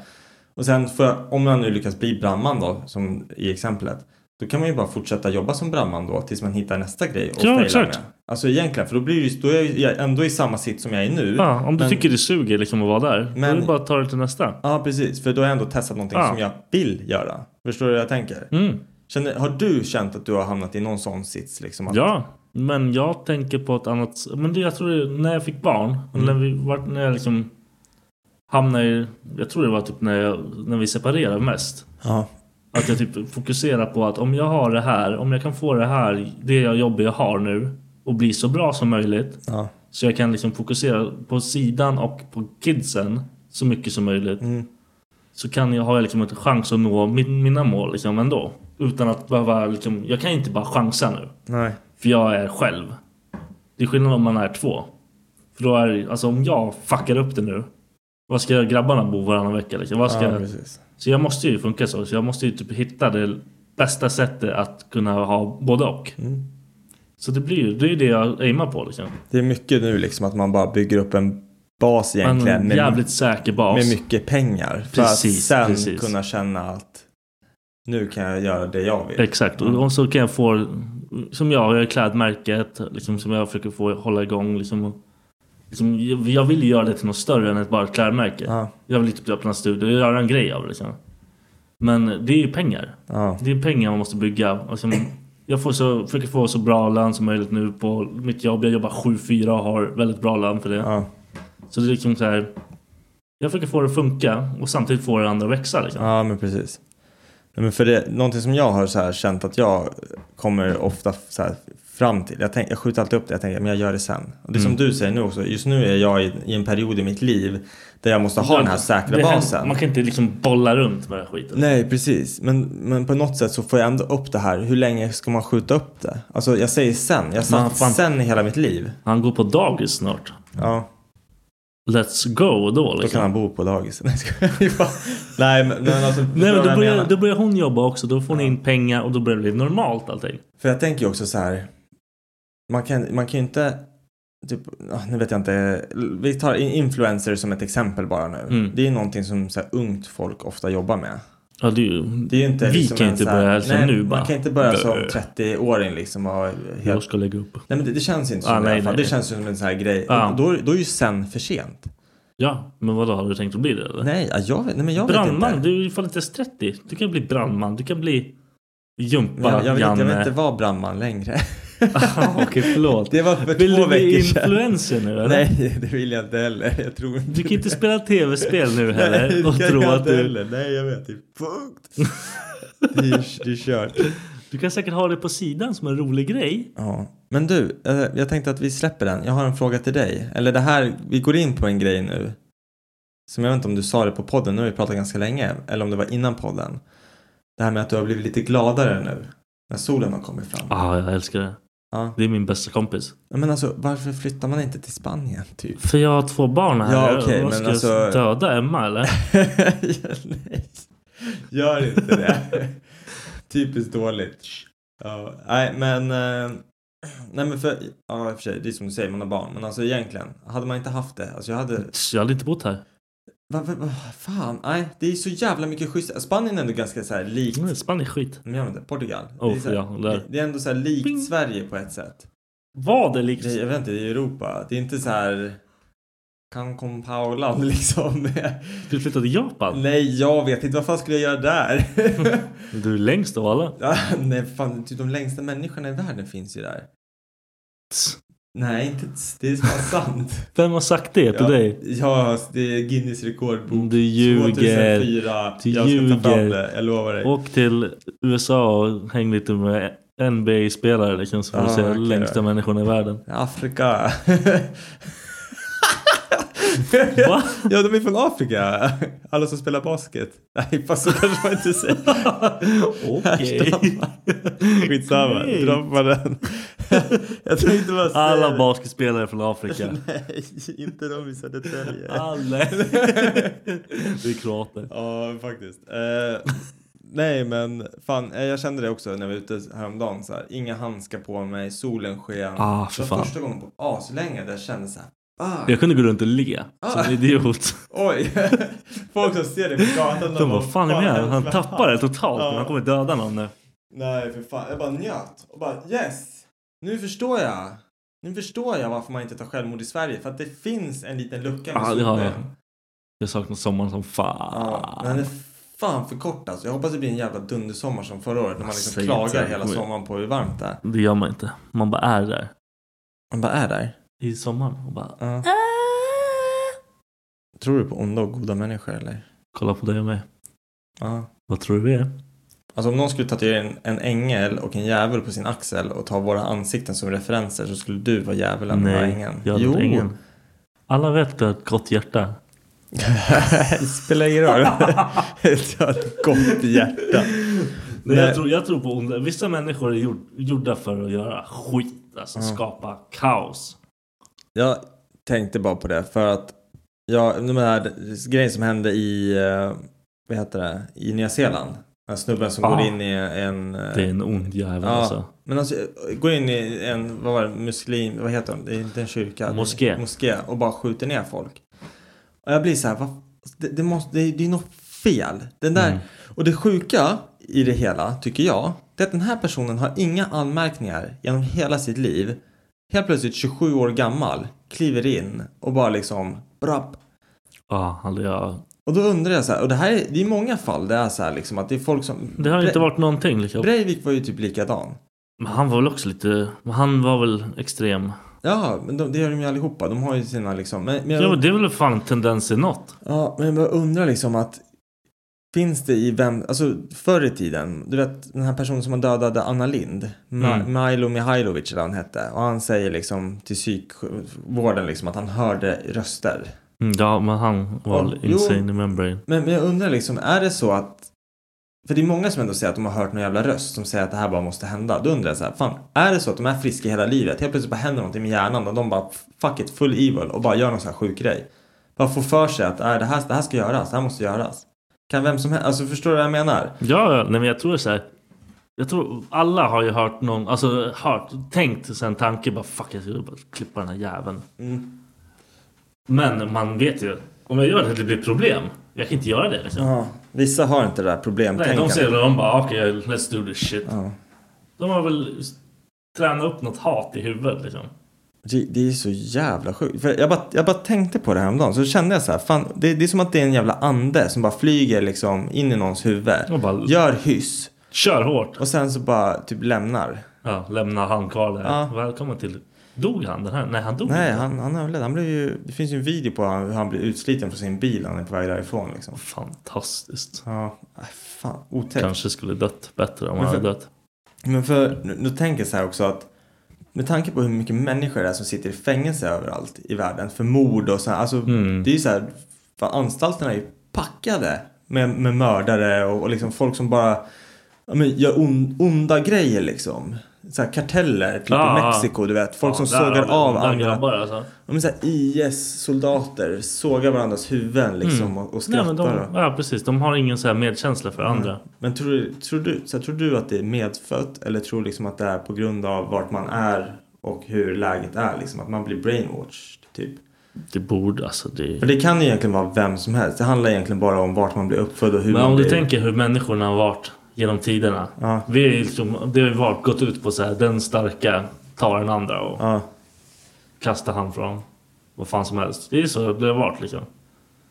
Speaker 7: Och sen får jag, om jag nu lyckas bli brandman då, som i exemplet. Då kan man ju bara fortsätta jobba som brandman då tills man hittar nästa grej och
Speaker 6: Ja,
Speaker 7: fejla
Speaker 6: exakt.
Speaker 7: med. Alltså egentligen, för då, blir det, då är jag ju ändå i samma sitt som jag är nu.
Speaker 6: Ja, om du
Speaker 7: Men-
Speaker 6: tycker det suger liksom att vara där. Men... Då är
Speaker 7: Men-
Speaker 6: det bara att ta det till nästa.
Speaker 7: Ja, precis. För då har jag ändå testat någonting
Speaker 6: Ja.
Speaker 7: som jag vill göra. Förstår du hur jag tänker?
Speaker 6: Mm.
Speaker 7: Känner, har du känt att du har hamnat i någon sån sits liksom? Att,
Speaker 6: Ja, men jag tänker på ett annat... Men det, jag tror det, när jag fick barn,
Speaker 7: Mm.
Speaker 6: och när, vi, var, när jag liksom hamnade i... Jag tror det var typ när, jag, när vi separerade mest.
Speaker 7: Ja.
Speaker 6: Att jag typ fokuserar på att om jag har det här, om jag kan få det här, det jag jobbar jag har nu och bli så bra som möjligt.
Speaker 7: Ja.
Speaker 6: Så jag kan liksom fokusera på sidan och på kidsen så mycket som möjligt.
Speaker 7: Mm.
Speaker 6: Så kan jag, har jag liksom en chans att nå min, mina mål liksom ändå. Utan att behöva liksom, jag kan inte bara chansa nu.
Speaker 7: Nej.
Speaker 6: För jag är själv. Det är skillnad om man är två. För då är det- alltså om jag fuckar upp det nu. Var ska grabbarna bo varannan vecka liksom? Vad ska
Speaker 7: Ja,
Speaker 6: jag...
Speaker 7: precis.
Speaker 6: Så jag måste ju funka så. Så jag måste ju typ hitta det bästa sättet att kunna ha både och.
Speaker 7: Mm.
Speaker 6: Så det blir ju det, är ju det jag aimar på liksom.
Speaker 7: Det är mycket nu liksom att man bara bygger upp en bas egentligen
Speaker 6: En
Speaker 7: med,
Speaker 6: jävligt säker bas.
Speaker 7: med mycket pengar. För
Speaker 6: Precis,
Speaker 7: att sen
Speaker 6: precis.
Speaker 7: kunna känna att nu kan jag göra det jag vill.
Speaker 6: Exakt. Och- Och så kan jag få, som jag, jag är klädmärket liksom, som jag försöker få hålla igång. Liksom, liksom, jag- jag vill ju göra det till något större än ett bara ett klädmärke.
Speaker 7: Ja.
Speaker 6: Jag vill typ öppna en studio och göra en grej av det. Liksom. Men det är ju pengar.
Speaker 7: Ja.
Speaker 6: Det är pengar man måste bygga. Liksom, Jag får så, försöker få så bra lön som möjligt nu på mitt jobb. Jag jobbar 7-4 och har väldigt bra lön för det.
Speaker 7: Ja.
Speaker 6: Så det är liksom så här. Jag försöker få det att funka och samtidigt få det andra att växa. Liksom.
Speaker 7: Ja, men precis. Nej, Men för det, någonting som jag har så här känt att jag kommer ofta så här fram till. Jag, tänk, jag skjuter alltid upp det. Jag tänker men jag gör det sen. Och det är som
Speaker 6: Mm.
Speaker 7: du säger nu också. Just nu är jag i, i en period i mitt liv där jag måste ha den här säkra
Speaker 6: Det händer-
Speaker 7: basen.
Speaker 6: Man kan inte liksom bolla runt med den här skiten.
Speaker 7: Nej, precis. Men, men på något sätt så får jag ändå upp det här. Hur länge ska man skjuta upp det? Alltså jag säger sen. Jag
Speaker 6: Man
Speaker 7: satt
Speaker 6: fan-
Speaker 7: sen i hela mitt liv.
Speaker 6: Han går på dagis snart.
Speaker 7: Ja,
Speaker 6: Let's go då
Speaker 7: då
Speaker 6: liksom.
Speaker 7: kan han bo på dagis. Nej, ska jag bara- Nej, men, men alltså. förstår
Speaker 6: Nej men
Speaker 7: du vad
Speaker 6: då
Speaker 7: jag
Speaker 6: börjar,
Speaker 7: menar?
Speaker 6: då börjar hon jobba också. Då får ni in pengar och då börjar det bli normalt allting.
Speaker 7: För jag tänker ju också så här. Man kan, man kan ju inte. Typ, ah, nu vet jag inte. Vi tar in- influencer som ett exempel bara nu.
Speaker 6: Mm.
Speaker 7: Det är ju någonting som så här, ungt folk ofta jobbar med.
Speaker 6: Ja, det är ju...
Speaker 7: Det är ju inte
Speaker 6: Vi
Speaker 7: liksom
Speaker 6: kan
Speaker 7: en
Speaker 6: inte
Speaker 7: så här-
Speaker 6: börja alltså
Speaker 7: nej,
Speaker 6: nu bara.
Speaker 7: Man kan inte börja som
Speaker 6: Bö.
Speaker 7: 30-åring liksom. Och
Speaker 6: Jag
Speaker 7: helt,
Speaker 6: ska lägga upp.
Speaker 7: nej men det, det känns inte så
Speaker 6: Ah,
Speaker 7: i
Speaker 6: nej,
Speaker 7: alla fall.
Speaker 6: nej.
Speaker 7: Det känns ju som en sån här grej.
Speaker 6: Ah.
Speaker 7: Och Då, då är ju sen för sent.
Speaker 6: Ja, men vadå? Har du tänkt att bli det eller?
Speaker 7: Nej, ja, jag vet, nej, men jag vet
Speaker 6: brandman?
Speaker 7: inte.
Speaker 6: Du är ju fan inte ens 30. Du kan bli brandman. Du kan bli
Speaker 7: Men
Speaker 6: jumpa
Speaker 7: Jag, jag, vill inte, jag vill inte
Speaker 6: Janne.
Speaker 7: vara brandman längre.
Speaker 6: Okej, förlåt.
Speaker 7: Det var för
Speaker 6: Vill
Speaker 7: två
Speaker 6: du bli
Speaker 7: veckor sedan.
Speaker 6: influencer nu eller?
Speaker 7: Nej, det vill jag inte heller. Jag tror inte
Speaker 6: Du kan inte spela tv-spel nu
Speaker 7: Nej,
Speaker 6: heller
Speaker 7: det
Speaker 6: och
Speaker 7: kan
Speaker 6: tro
Speaker 7: jag
Speaker 6: att
Speaker 7: inte
Speaker 6: du...
Speaker 7: heller. Nej, jag vet. Det är punkt. det, är, det är kört.
Speaker 6: Du kan säkert ha det på sidan som en rolig grej.
Speaker 7: Ja. Men du, eh, jag tänkte att vi släpper den. Jag har en fråga till dig. Eller det här, vi går in på en grej nu. Som jag vet inte om du sa det på podden, nu har vi pratat ganska länge. Eller om det var innan podden. Det här med att du har blivit lite gladare nu. När solen har kommit fram.
Speaker 6: Ah, jag älskar det.
Speaker 7: Ja.
Speaker 6: Det är min bästa kompis.
Speaker 7: Men alltså, varför flyttar man inte till Spanien typ?
Speaker 6: För jag har två barn här.
Speaker 7: Ja, okej,
Speaker 6: Vad
Speaker 7: men
Speaker 6: ska
Speaker 7: alltså-
Speaker 6: jag döda Emma eller?
Speaker 7: Nej. Gör inte det. Typiskt dåligt. Ja, nej, men... eh, Nej, men för... Ja, i och för sig, det är som du säger, man har barn. Men alltså egentligen, hade man inte haft det. Alltså jag hade...
Speaker 6: Tss, Jag hade inte bott här.
Speaker 7: Va, va, va, fan, nej. Det är så jävla mycket schysst. Spanien är ändå ganska så här likt...
Speaker 6: Mm, Spanien är skit.
Speaker 7: Men jag vet inte, Portugal.
Speaker 6: Oh,
Speaker 7: det, är så här,
Speaker 6: ja, där.
Speaker 7: det är ändå så här likt
Speaker 6: Bing.
Speaker 7: Sverige på ett sätt.
Speaker 6: Vad är liksom? likt?
Speaker 7: Det, jag vet inte, det är Europa. Det är inte så här... Cancun Paulan liksom.
Speaker 6: Du flyttade till Japan?
Speaker 7: Nej, jag vet inte. Vad fan skulle jag göra där?
Speaker 6: Du är längst av alla.
Speaker 7: Ja, Nej, fan, typ de längsta människorna i världen finns ju där.
Speaker 6: Tss,
Speaker 7: Nej, inte tss, det är fan sant.
Speaker 6: Vem har sagt det till
Speaker 7: ja,
Speaker 6: dig?
Speaker 7: Ja, det är Guinness rekordbok.
Speaker 6: Du ljuger.
Speaker 7: 2004.
Speaker 6: Du
Speaker 7: jag ska ta fram
Speaker 6: ljuger.
Speaker 7: det, jag lovar dig.
Speaker 6: Åk till USA och häng lite med NBA-spelare liksom, så får du
Speaker 7: Ja,
Speaker 6: se
Speaker 7: Ah, okej då.
Speaker 6: längsta människan i världen.
Speaker 7: Afrika.
Speaker 6: Va?
Speaker 7: ja, de är från Afrika. Alla som spelar basket. Nej, fast så kanske man inte säger.
Speaker 6: Okej.
Speaker 7: Skitsamma,
Speaker 6: Great.
Speaker 7: droppa den. jag tänkte bara säga
Speaker 6: Alla
Speaker 7: det.
Speaker 6: basketspelare från Afrika.
Speaker 7: Nej, inte de i Södertälje.
Speaker 6: Alla. Det är kroater.
Speaker 7: Ja, faktiskt. Eh, nej, men fan, eh, jag kände det också när vi var ute häromdagen. Så här, inga handskar på mig, solen sken.
Speaker 6: Ah, för
Speaker 7: det var
Speaker 6: fan.
Speaker 7: första gången på aslänge där jag kände så här, ah,
Speaker 6: Jag kunde gå runt och le som en idiot.
Speaker 7: oj. Folk som ser dig på gatan.
Speaker 6: De bara, fan är det här? Han
Speaker 7: vad
Speaker 6: tappar det
Speaker 7: fan?" Ah.
Speaker 6: totalt.
Speaker 7: Ja.
Speaker 6: Han kommer döda någon nu.
Speaker 7: Nej, för fan. Jag bara njöt och bara yes, nu förstår jag. Nu förstår jag varför man inte tar självmord i Sverige. För att det finns en liten lucka med
Speaker 6: Ja, Ah, det har jag.
Speaker 7: solen.
Speaker 6: Jag saknar sommaren som
Speaker 7: Ja,
Speaker 6: fan.
Speaker 7: men den är fan för kort alltså. Jag hoppas det blir en jävla dundersommar som förra året när man liksom
Speaker 6: Säg inte.
Speaker 7: klagar hela sommaren på hur varmt det är.
Speaker 6: Det gör man inte. Man bara är där.
Speaker 7: Man bara är där.
Speaker 6: I sommaren och bara
Speaker 7: Ja. Tror du på onda och goda människor eller?
Speaker 6: kolla på dig och mig.
Speaker 7: Ja.
Speaker 6: Vad tror du vi är?
Speaker 7: Alltså om någon skulle tatuera en, en ängel och en djävul på sin axel och ta våra ansikten som referenser så skulle du vara djävulen och vara ängeln.
Speaker 6: jag hade varit ingen. Alla vet att du har ett gott hjärta.
Speaker 7: det spelar ingen roll. jag har ett gott hjärta.
Speaker 6: Nej,
Speaker 7: Nej.
Speaker 6: jag, tror, jag tror på onda. Vissa människor är gjord, gjorda för att göra skit. Alltså skapa kaos.
Speaker 7: Jag tänkte bara på det för att jag, den här grejen som hände i, eh, vad heter det, i Nya Zeeland. Den här snubben som
Speaker 6: Ah.
Speaker 7: går in i en... eh,
Speaker 6: Det är en ond jävel
Speaker 7: ja,
Speaker 6: alltså.
Speaker 7: Men alltså, eh, går in i en, vad var det, muslim, vad heter de? Det är inte en kyrka. det är-
Speaker 6: Moské.
Speaker 7: Moské och bara skjuter ner folk. Och jag blir så här, vad, det, det, måste, det, är- det är något fel. Den där,
Speaker 6: Mm.
Speaker 7: Och det sjuka i det hela, tycker jag, det är att den här personen har inga anmärkningar genom hela sitt liv. Helt plötsligt 27 år gammal kliver in och bara liksom brapp.
Speaker 6: Ja, hade jag...
Speaker 7: Och då undrar jag så här, och det här är, det är många fall det är så här liksom att det är folk som
Speaker 6: Det har
Speaker 7: Bre-
Speaker 6: inte varit någonting liksom.
Speaker 7: Breivik var ju typ likadan.
Speaker 6: Men han var väl också lite... men Han var väl extrem.
Speaker 7: Ja, men de, det gör de ju allihopa. De har ju sina liksom. Men, men jag,
Speaker 6: Ja, men det är väl fan tendens i något.
Speaker 7: Ja, men jag bara undrar liksom att finns det i vem, alltså förr i tiden, du vet den här personen som har dödade Anna Lind, Ma-
Speaker 6: Mm.
Speaker 7: Milo Mihailovic eller vad han hette, och han säger liksom till psykvården liksom att han hörde röster.
Speaker 6: Mm, Ja, men han var
Speaker 7: Jo.
Speaker 6: insane i membrane.
Speaker 7: Men, men jag undrar liksom, är det så att, för det är många som ändå säger att de har hört någon jävla röst som säger att det här bara måste hända. Då undrar jag så här, fan, är det så att de är friska hela livet? Helt plötsligt bara händer någonting med hjärnan och de bara fuck it, full evil och bara gör någon sån här sjuk grej. Bara får för sig att äh, det, här, det här ska göras, det här måste göras. Kan vem som helst, alltså förstår du vad jag menar?
Speaker 6: Ja, ja, nej men jag tror så här. Jag tror alla har ju hört någon, alltså hört, tänkt sen tanke bara fuck jag ska bara klippa den här jäveln.
Speaker 7: Mm,
Speaker 6: Men man vet ju, om jag gör det det blir problem. Jag kan inte göra det liksom.
Speaker 7: Ja, vissa har inte det där
Speaker 6: nej, de
Speaker 7: problemtänkandet.
Speaker 6: ser det och de bara okej let's do this shit. De har väl s- tränat upp något hat i huvudet liksom.
Speaker 7: Det, det är så jävla sjukt. För jag, bara, jag bara tänkte på det här om dagen så kände jag så här, fan, det, det är som att det är en jävla ande som bara flyger liksom in i någons huvud.
Speaker 6: Och bara-
Speaker 7: Gör hyss.
Speaker 6: Kör hårt!
Speaker 7: Och sen så bara typ lämnar.
Speaker 6: Ja, lämna han kvar där.
Speaker 7: Ja.
Speaker 6: Välkommen till... Dog han den här? Nej han dog
Speaker 7: Nej,
Speaker 6: inte.
Speaker 7: han, han överlevde. Han blev ju, det finns ju en video på han- hur han blir utsliten från sin bil. Han är på väg därifrån liksom.
Speaker 6: Fantastiskt.
Speaker 7: Ja, äh, fan otäckt.
Speaker 6: Kanske skulle dött bättre om
Speaker 7: Men
Speaker 6: han hade
Speaker 7: för-
Speaker 6: dött.
Speaker 7: Men
Speaker 6: Mm.
Speaker 7: för, nu, nu tänker jag så här också att med tanke på hur mycket människor det är som sitter i fängelse överallt i världen för mord och så här, alltså
Speaker 6: Mm.
Speaker 7: det är ju så här, fan, anstalterna är ju packade med, med mördare och, och liksom folk som bara ja, men, gör on, onda grejer liksom. Så här, karteller, typ i
Speaker 6: Ja.
Speaker 7: Mexiko, du vet. Folk som
Speaker 6: Ah. där har
Speaker 7: sågar
Speaker 6: vi
Speaker 7: av
Speaker 6: onda
Speaker 7: andra.
Speaker 6: grabbar, alltså.
Speaker 7: Ja, men så här, IS-soldater sågar varandras huvuden liksom och, och
Speaker 6: Mm. Nej,
Speaker 7: skrattar.
Speaker 6: men
Speaker 7: och-
Speaker 6: de,
Speaker 7: men,
Speaker 6: ja, precis. De har ingen så här medkänsla för andra.
Speaker 7: tror, du- tror, du, så här, tror du att det är medfött eller tror du liksom att det är på grund av vart man är och hur läget är? Liksom, att man blir brainwashed typ.
Speaker 6: Det borde alltså...
Speaker 7: För
Speaker 6: Det...
Speaker 7: det kan ju egentligen vara vem som helst. Det handlar egentligen bara om vart man blir uppfödd och hur
Speaker 6: Men
Speaker 7: man
Speaker 6: om du
Speaker 7: blir.
Speaker 6: tänker hur människorna har varit genom tiderna.
Speaker 7: Ja.
Speaker 6: Vi är ju liksom, det har ju varit, gått ut på så här, den starka tar den andra och
Speaker 7: Ja,
Speaker 6: kastar han från vad fan som helst. Det är så det har varit liksom.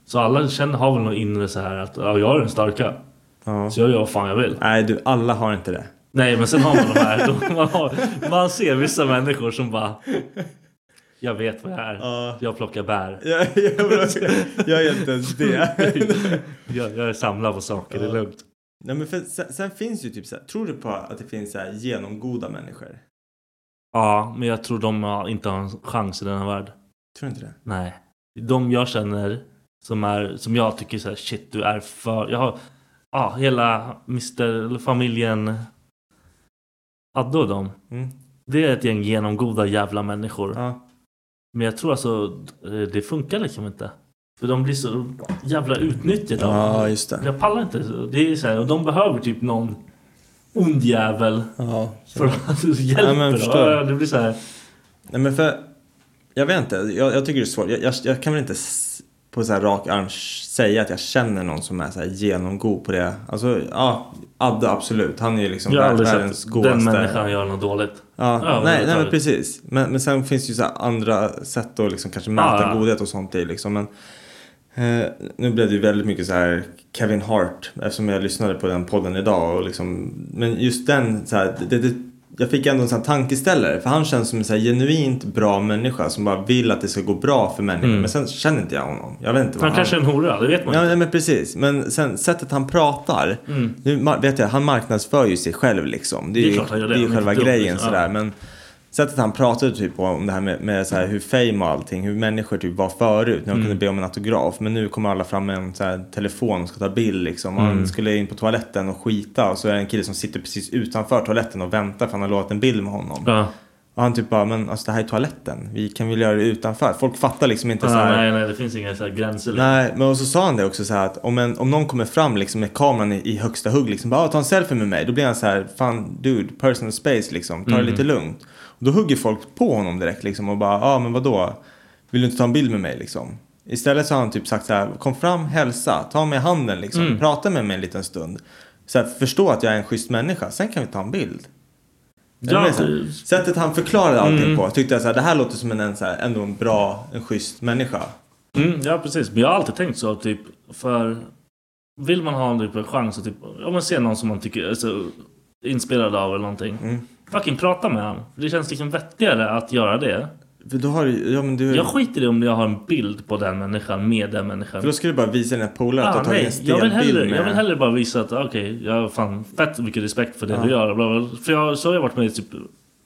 Speaker 6: Så alla känner, har väl någon inre så här att ja, jag är den starka.
Speaker 7: ja.
Speaker 6: Så jag gör vad fan jag vill.
Speaker 7: Nej du, alla har inte det.
Speaker 6: Nej men sen har man de här. De, man, har, man ser vissa människor som bara... Jag vet vad jag är. Jag plockar bär.
Speaker 7: Jag, jag, jag är inte ens det.
Speaker 6: Jag, jag samlar på saker, det är lugnt.
Speaker 7: Nej, men för, sen, sen finns ju typ så här, tror du på att det finns så här genomgoda människor?
Speaker 6: Ja, men jag tror de har- inte har en chans i denna värld.
Speaker 7: Tror du inte det?
Speaker 6: Nej. De jag känner som, är, som jag tycker så här, shit du är för... Jag har ja, hela Mr. eller familjen Adde och dem.
Speaker 7: Mm.
Speaker 6: Det är ett gäng genomgoda jävla människor.
Speaker 7: Ja.
Speaker 6: Men jag tror alltså eh, det funkar liksom inte. För de blir så jävla utnyttjade. av
Speaker 7: Ja,
Speaker 6: det.
Speaker 7: just det.
Speaker 6: Jag pallar inte. Det är så här, och de behöver typ någon ond jävel
Speaker 7: Ja.
Speaker 6: för att hjälpa
Speaker 7: Ja, men jag
Speaker 6: dem.
Speaker 7: förstår.
Speaker 6: Ja, Det blir så här.
Speaker 7: Nej men för, jag vet inte, jag, jag tycker det är svårt. Jag, jag, jag kan väl inte s- på så här rak arm s- säga att jag känner någon som är så här genomgod på det. Alltså ja, Adde absolut. Han är ju liksom
Speaker 6: Jag har
Speaker 7: vär-
Speaker 6: aldrig
Speaker 7: världens
Speaker 6: sett den
Speaker 7: godaste.
Speaker 6: människan göra något dåligt.
Speaker 7: Ja, nej, nej men
Speaker 6: överhuvudtaget.
Speaker 7: precis. Men, men sen finns det ju så här andra sätt att liksom kanske mäta
Speaker 6: Ja, ja.
Speaker 7: godhet och sånt i liksom. Men, eh, nu blev det ju väldigt mycket så här Kevin Hart eftersom jag lyssnade på den podden idag och liksom. Men just den så här, det, det, jag fick ändå en sån här tankeställare för han känns som en så här genuint bra människa som bara vill att det ska gå bra för människor. Men sen känner inte jag honom. Jag vet inte vad
Speaker 6: Mm. Han kanske är en hora, det vet man
Speaker 7: Ja,
Speaker 6: inte.
Speaker 7: nej, men precis. Men sen sättet han pratar. Nu ma- vet jag, han marknadsför ju sig själv liksom. Det
Speaker 6: Mm.
Speaker 7: är,
Speaker 6: Det är
Speaker 7: ju-
Speaker 6: klart han gör det.
Speaker 7: är ju
Speaker 6: Han är
Speaker 7: själva
Speaker 6: inte dum,
Speaker 7: grejen
Speaker 6: liksom.
Speaker 7: sådär.
Speaker 6: Ja.
Speaker 7: Men sättet han pratade typ på om det här med, med så här, hur fame och allting. Hur människor typ var förut. När de
Speaker 6: Mm.
Speaker 7: kunde be om en autograf. Men nu kommer alla fram med en så här, telefon och ska ta bild liksom. Och
Speaker 6: Mm.
Speaker 7: Han skulle in på toaletten och skita. Och så är det en kille som sitter precis utanför toaletten och väntar för han har lovat en bild med honom.
Speaker 6: Ja.
Speaker 7: Och han typ bara, men alltså det här är toaletten. Vi kan väl göra det utanför. Folk fattar liksom inte så
Speaker 6: Ah,
Speaker 7: här.
Speaker 6: nej, nej, det finns inga så här gränser. liksom.
Speaker 7: Nej, men och så sa han det också så här att om, en, om någon kommer fram liksom med kameran i, i högsta hugg liksom bara "Ah, ta en selfie med mig. Då blir han så här fan dude, personal space liksom, ta det lite lugnt. Och då hugger folk på honom direkt liksom och bara ja ah, men vadå, vill du inte ta en bild med mig liksom? Istället så har han typ sagt så här kom fram, hälsa, ta mig i handen liksom, prata med mig en liten stund. Så här, förstå att jag är en schysst människa, sen kan vi ta en bild. Är du
Speaker 6: Ja,
Speaker 7: med? Så här,
Speaker 6: det-
Speaker 7: Sättet han förklarade allting på tyckte jag så här, det här låter som en, en så här, ändå en bra, en schysst människa.
Speaker 6: Mm, ja, precis. Men jag har alltid tänkt så, typ, för
Speaker 7: Mm.
Speaker 6: vill man ha en, typ, en chans att typ, om man ser någon som man tycker är så inspirerad av eller någonting. fucking prata med honom. För Det känns liksom vettigare att göra det.
Speaker 7: För då har du, ja men du...
Speaker 6: Jag skiter i om jag har en bild på den människan med den människan.
Speaker 7: För då skulle du bara visa den här polaren att du
Speaker 6: Ah,
Speaker 7: har tagit en
Speaker 6: nej, jag, vill
Speaker 7: stenbild
Speaker 6: hellre,
Speaker 7: med...
Speaker 6: jag vill hellre bara visa att okej, jag har fan fett mycket respekt för det du gör. Bla, bla, bla. För jag, så har jag varit med typ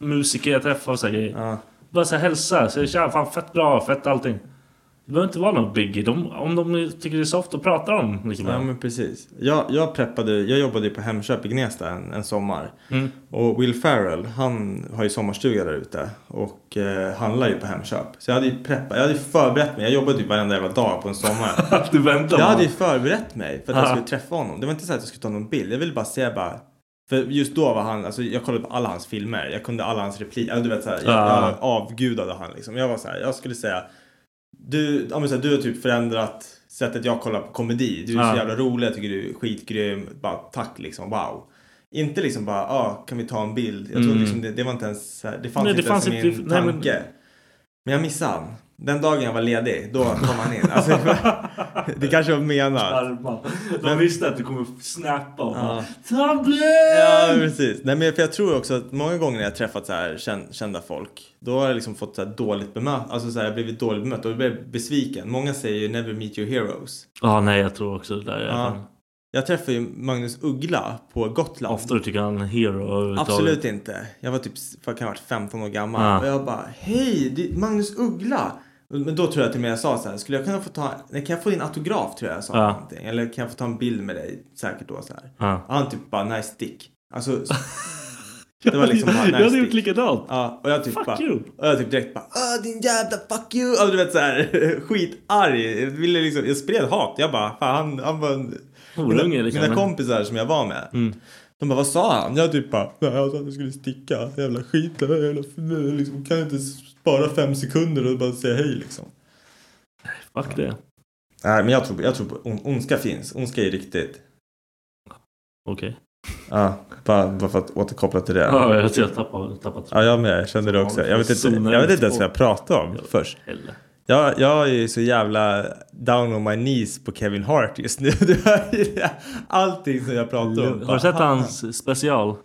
Speaker 6: musiker jag träffar och så här grejer.
Speaker 7: Ja.
Speaker 6: Bara så här, hälsa, säger tja, fan fett bra, fett allting. Det behöver inte vara någon biggie. De, om de tycker det är soft, då pratar de. Liksom.
Speaker 7: Ja men precis. Jag, jag preppade, jag jobbade ju på Hemköp i Gnesta en, en sommar.
Speaker 6: Mm.
Speaker 7: Och Will Ferrell, han har ju sommarstuga där ute. Och eh, handlar ju på Hemköp. Så jag hade ju preppat, jag hade ju förberett mig. Jag jobbade ju varenda jävla dag på en sommar.
Speaker 6: Du väntar
Speaker 7: jag
Speaker 6: bara.
Speaker 7: hade ju förberett mig för att jag
Speaker 6: Ja.
Speaker 7: skulle träffa honom. Det var inte så att jag skulle ta någon bild. Jag ville bara se bara. För just då var han, alltså jag kollade på alla hans filmer. Jag kunde alla hans repliker. Alltså, du vet såhär, jag,
Speaker 6: Ja.
Speaker 7: jag avgudade han liksom. Jag var såhär, jag skulle säga. Du, ja, men så här, du har typ förändrat sättet jag kollar på komedi. Du är
Speaker 6: Ja.
Speaker 7: så jävla rolig, jag tycker du är skitgrym. Bara tack liksom, wow. Inte liksom bara, ah, kan vi ta en bild? Jag tror
Speaker 6: Mm.
Speaker 7: liksom det, det var inte ens, så här, det fanns
Speaker 6: Nej, det
Speaker 7: inte
Speaker 6: fanns
Speaker 7: ens i
Speaker 6: inte-
Speaker 7: min
Speaker 6: nej, men-
Speaker 7: tanke. men... jag missade han. Den dagen jag var ledig, då kom han in. Alltså, det kanske jag menar.
Speaker 6: Armar. De
Speaker 7: Men-
Speaker 6: visste att du kommer snappa och bara,
Speaker 7: Ja.
Speaker 6: Ta bild!
Speaker 7: Ja, precis. Nej, men för jag tror också att många gånger när jag träffat så här kän- kända folk, då har jag liksom fått så här dåligt bemöt, alltså så här, jag har blivit dåligt bemött och blivit besviken. Många säger ju never meet your heroes.
Speaker 6: Ja, nej, jag tror också det där. Jag
Speaker 7: Ja.
Speaker 6: fan-
Speaker 7: Jag träffade ju Magnus Uggla på Gotland.
Speaker 6: Ofta tycker han hero överhuvudtaget.
Speaker 7: Absolut inte. Jag var typ, vad kan jag ha varit, 15 år gammal.
Speaker 6: Ah.
Speaker 7: Och jag bara, hej, det är Magnus Uggla. Men då tror jag till och med jag sa så här, skulle jag kunna få ta, nej, kan jag få din autograf tror jag jag sa
Speaker 6: Ah.
Speaker 7: någonting. Eller kan jag få ta en bild med dig? Säkert då så här.
Speaker 6: Ah.
Speaker 7: Och han typ bara, nice dick. Alltså, det var liksom bara, nice
Speaker 6: Jag hade gjort
Speaker 7: dick.
Speaker 6: likadant.
Speaker 7: Ja, och jag typ
Speaker 6: Fuck
Speaker 7: bara,
Speaker 6: you.
Speaker 7: Och jag typ direkt bara, ah din jävla fuck you. Alltså, du vet så här, skitarg. Jag, ville liksom, jag spred hat. Jag bara, fan han, han var en...
Speaker 6: Horunge,
Speaker 7: mina,
Speaker 6: liksom,
Speaker 7: mina
Speaker 6: men- Mm.
Speaker 7: kompisar som jag var med. De bara, vad sa han? Jag typ bara, nej han sa att jag skulle sticka. Jävla skit. Jävla, liksom, kan jag inte spara fem sekunder och bara säga hej liksom.
Speaker 6: Fuck det.
Speaker 7: Nej, men jag tror, jag tror på on, ondska finns. Ondska är riktigt.
Speaker 6: Okej.
Speaker 7: Ja, bara, bara för att återkoppla till det.
Speaker 6: Ja, jag tror jag tappar, tappar tråden.
Speaker 7: Ja, jag med. Jag kände det också. Jag vet inte, jag vet inte ens vad jag pratade om först.
Speaker 6: Eller.
Speaker 7: Jag, jag är ju så jävla down on my knees på Kevin Hart just nu. Du hör ju det. Allting som jag pratar om.
Speaker 6: Har du sett hans special?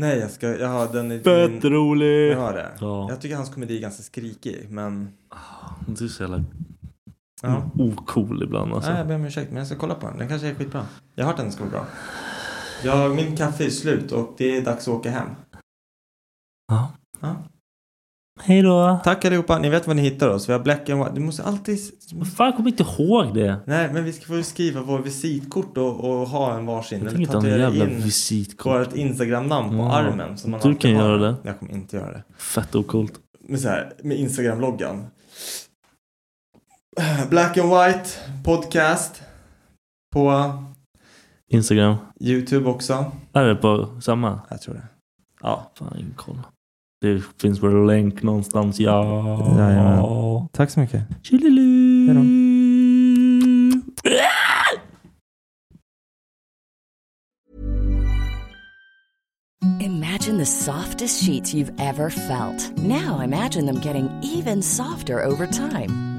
Speaker 7: Nej, jag ska... Jag har den i
Speaker 6: Fett
Speaker 7: min...
Speaker 6: rolig!
Speaker 7: Jag har det.
Speaker 6: Ja.
Speaker 7: Jag tycker hans komedi är ganska skrikig, men...
Speaker 6: Du är så jävla
Speaker 7: Ja.
Speaker 6: ocool ibland Mm. alltså.
Speaker 7: Nej, jag ber om ursäkt, men jag ska kolla på den. Den kanske är skitbra. Jag har hört att den ska vara bra. Jag, min kaffe är slut och det är dags att åka hem.
Speaker 6: Ja.
Speaker 7: Ja.
Speaker 6: Hej då!
Speaker 7: Tack allihopa. Ni vet var ni hittar oss. Vi har Black and White. Du måste alltid...
Speaker 6: Vad fan, jag kommer inte ihåg det.
Speaker 7: Nej, men vi ska få skriva vår visitkort och, och ha en varsin.
Speaker 6: Jag
Speaker 7: Eller
Speaker 6: tänker inte ha någon
Speaker 7: tatuera
Speaker 6: jävla
Speaker 7: in
Speaker 6: visitkort.
Speaker 7: vårt Instagram-namn på
Speaker 6: Ja,
Speaker 7: armen. Som man
Speaker 6: du
Speaker 7: alltid
Speaker 6: kan
Speaker 7: har.
Speaker 6: göra det.
Speaker 7: Jag kommer inte göra det.
Speaker 6: Fett ocoolt.
Speaker 7: Men så här, med Instagram-loggan. Black and White Podcast. På
Speaker 6: Instagram.
Speaker 7: YouTube också.
Speaker 6: Är det på samma?
Speaker 7: Jag tror det. Ja.
Speaker 6: Fan, ingen koll. Det finns väl en länk någonstans, ja.
Speaker 7: Jajamän. Tack så mycket.
Speaker 6: Tjolilu!
Speaker 7: Hej då.
Speaker 6: Eh.
Speaker 9: Imagine the softest sheets you've ever felt. Now imagine them getting even softer over time.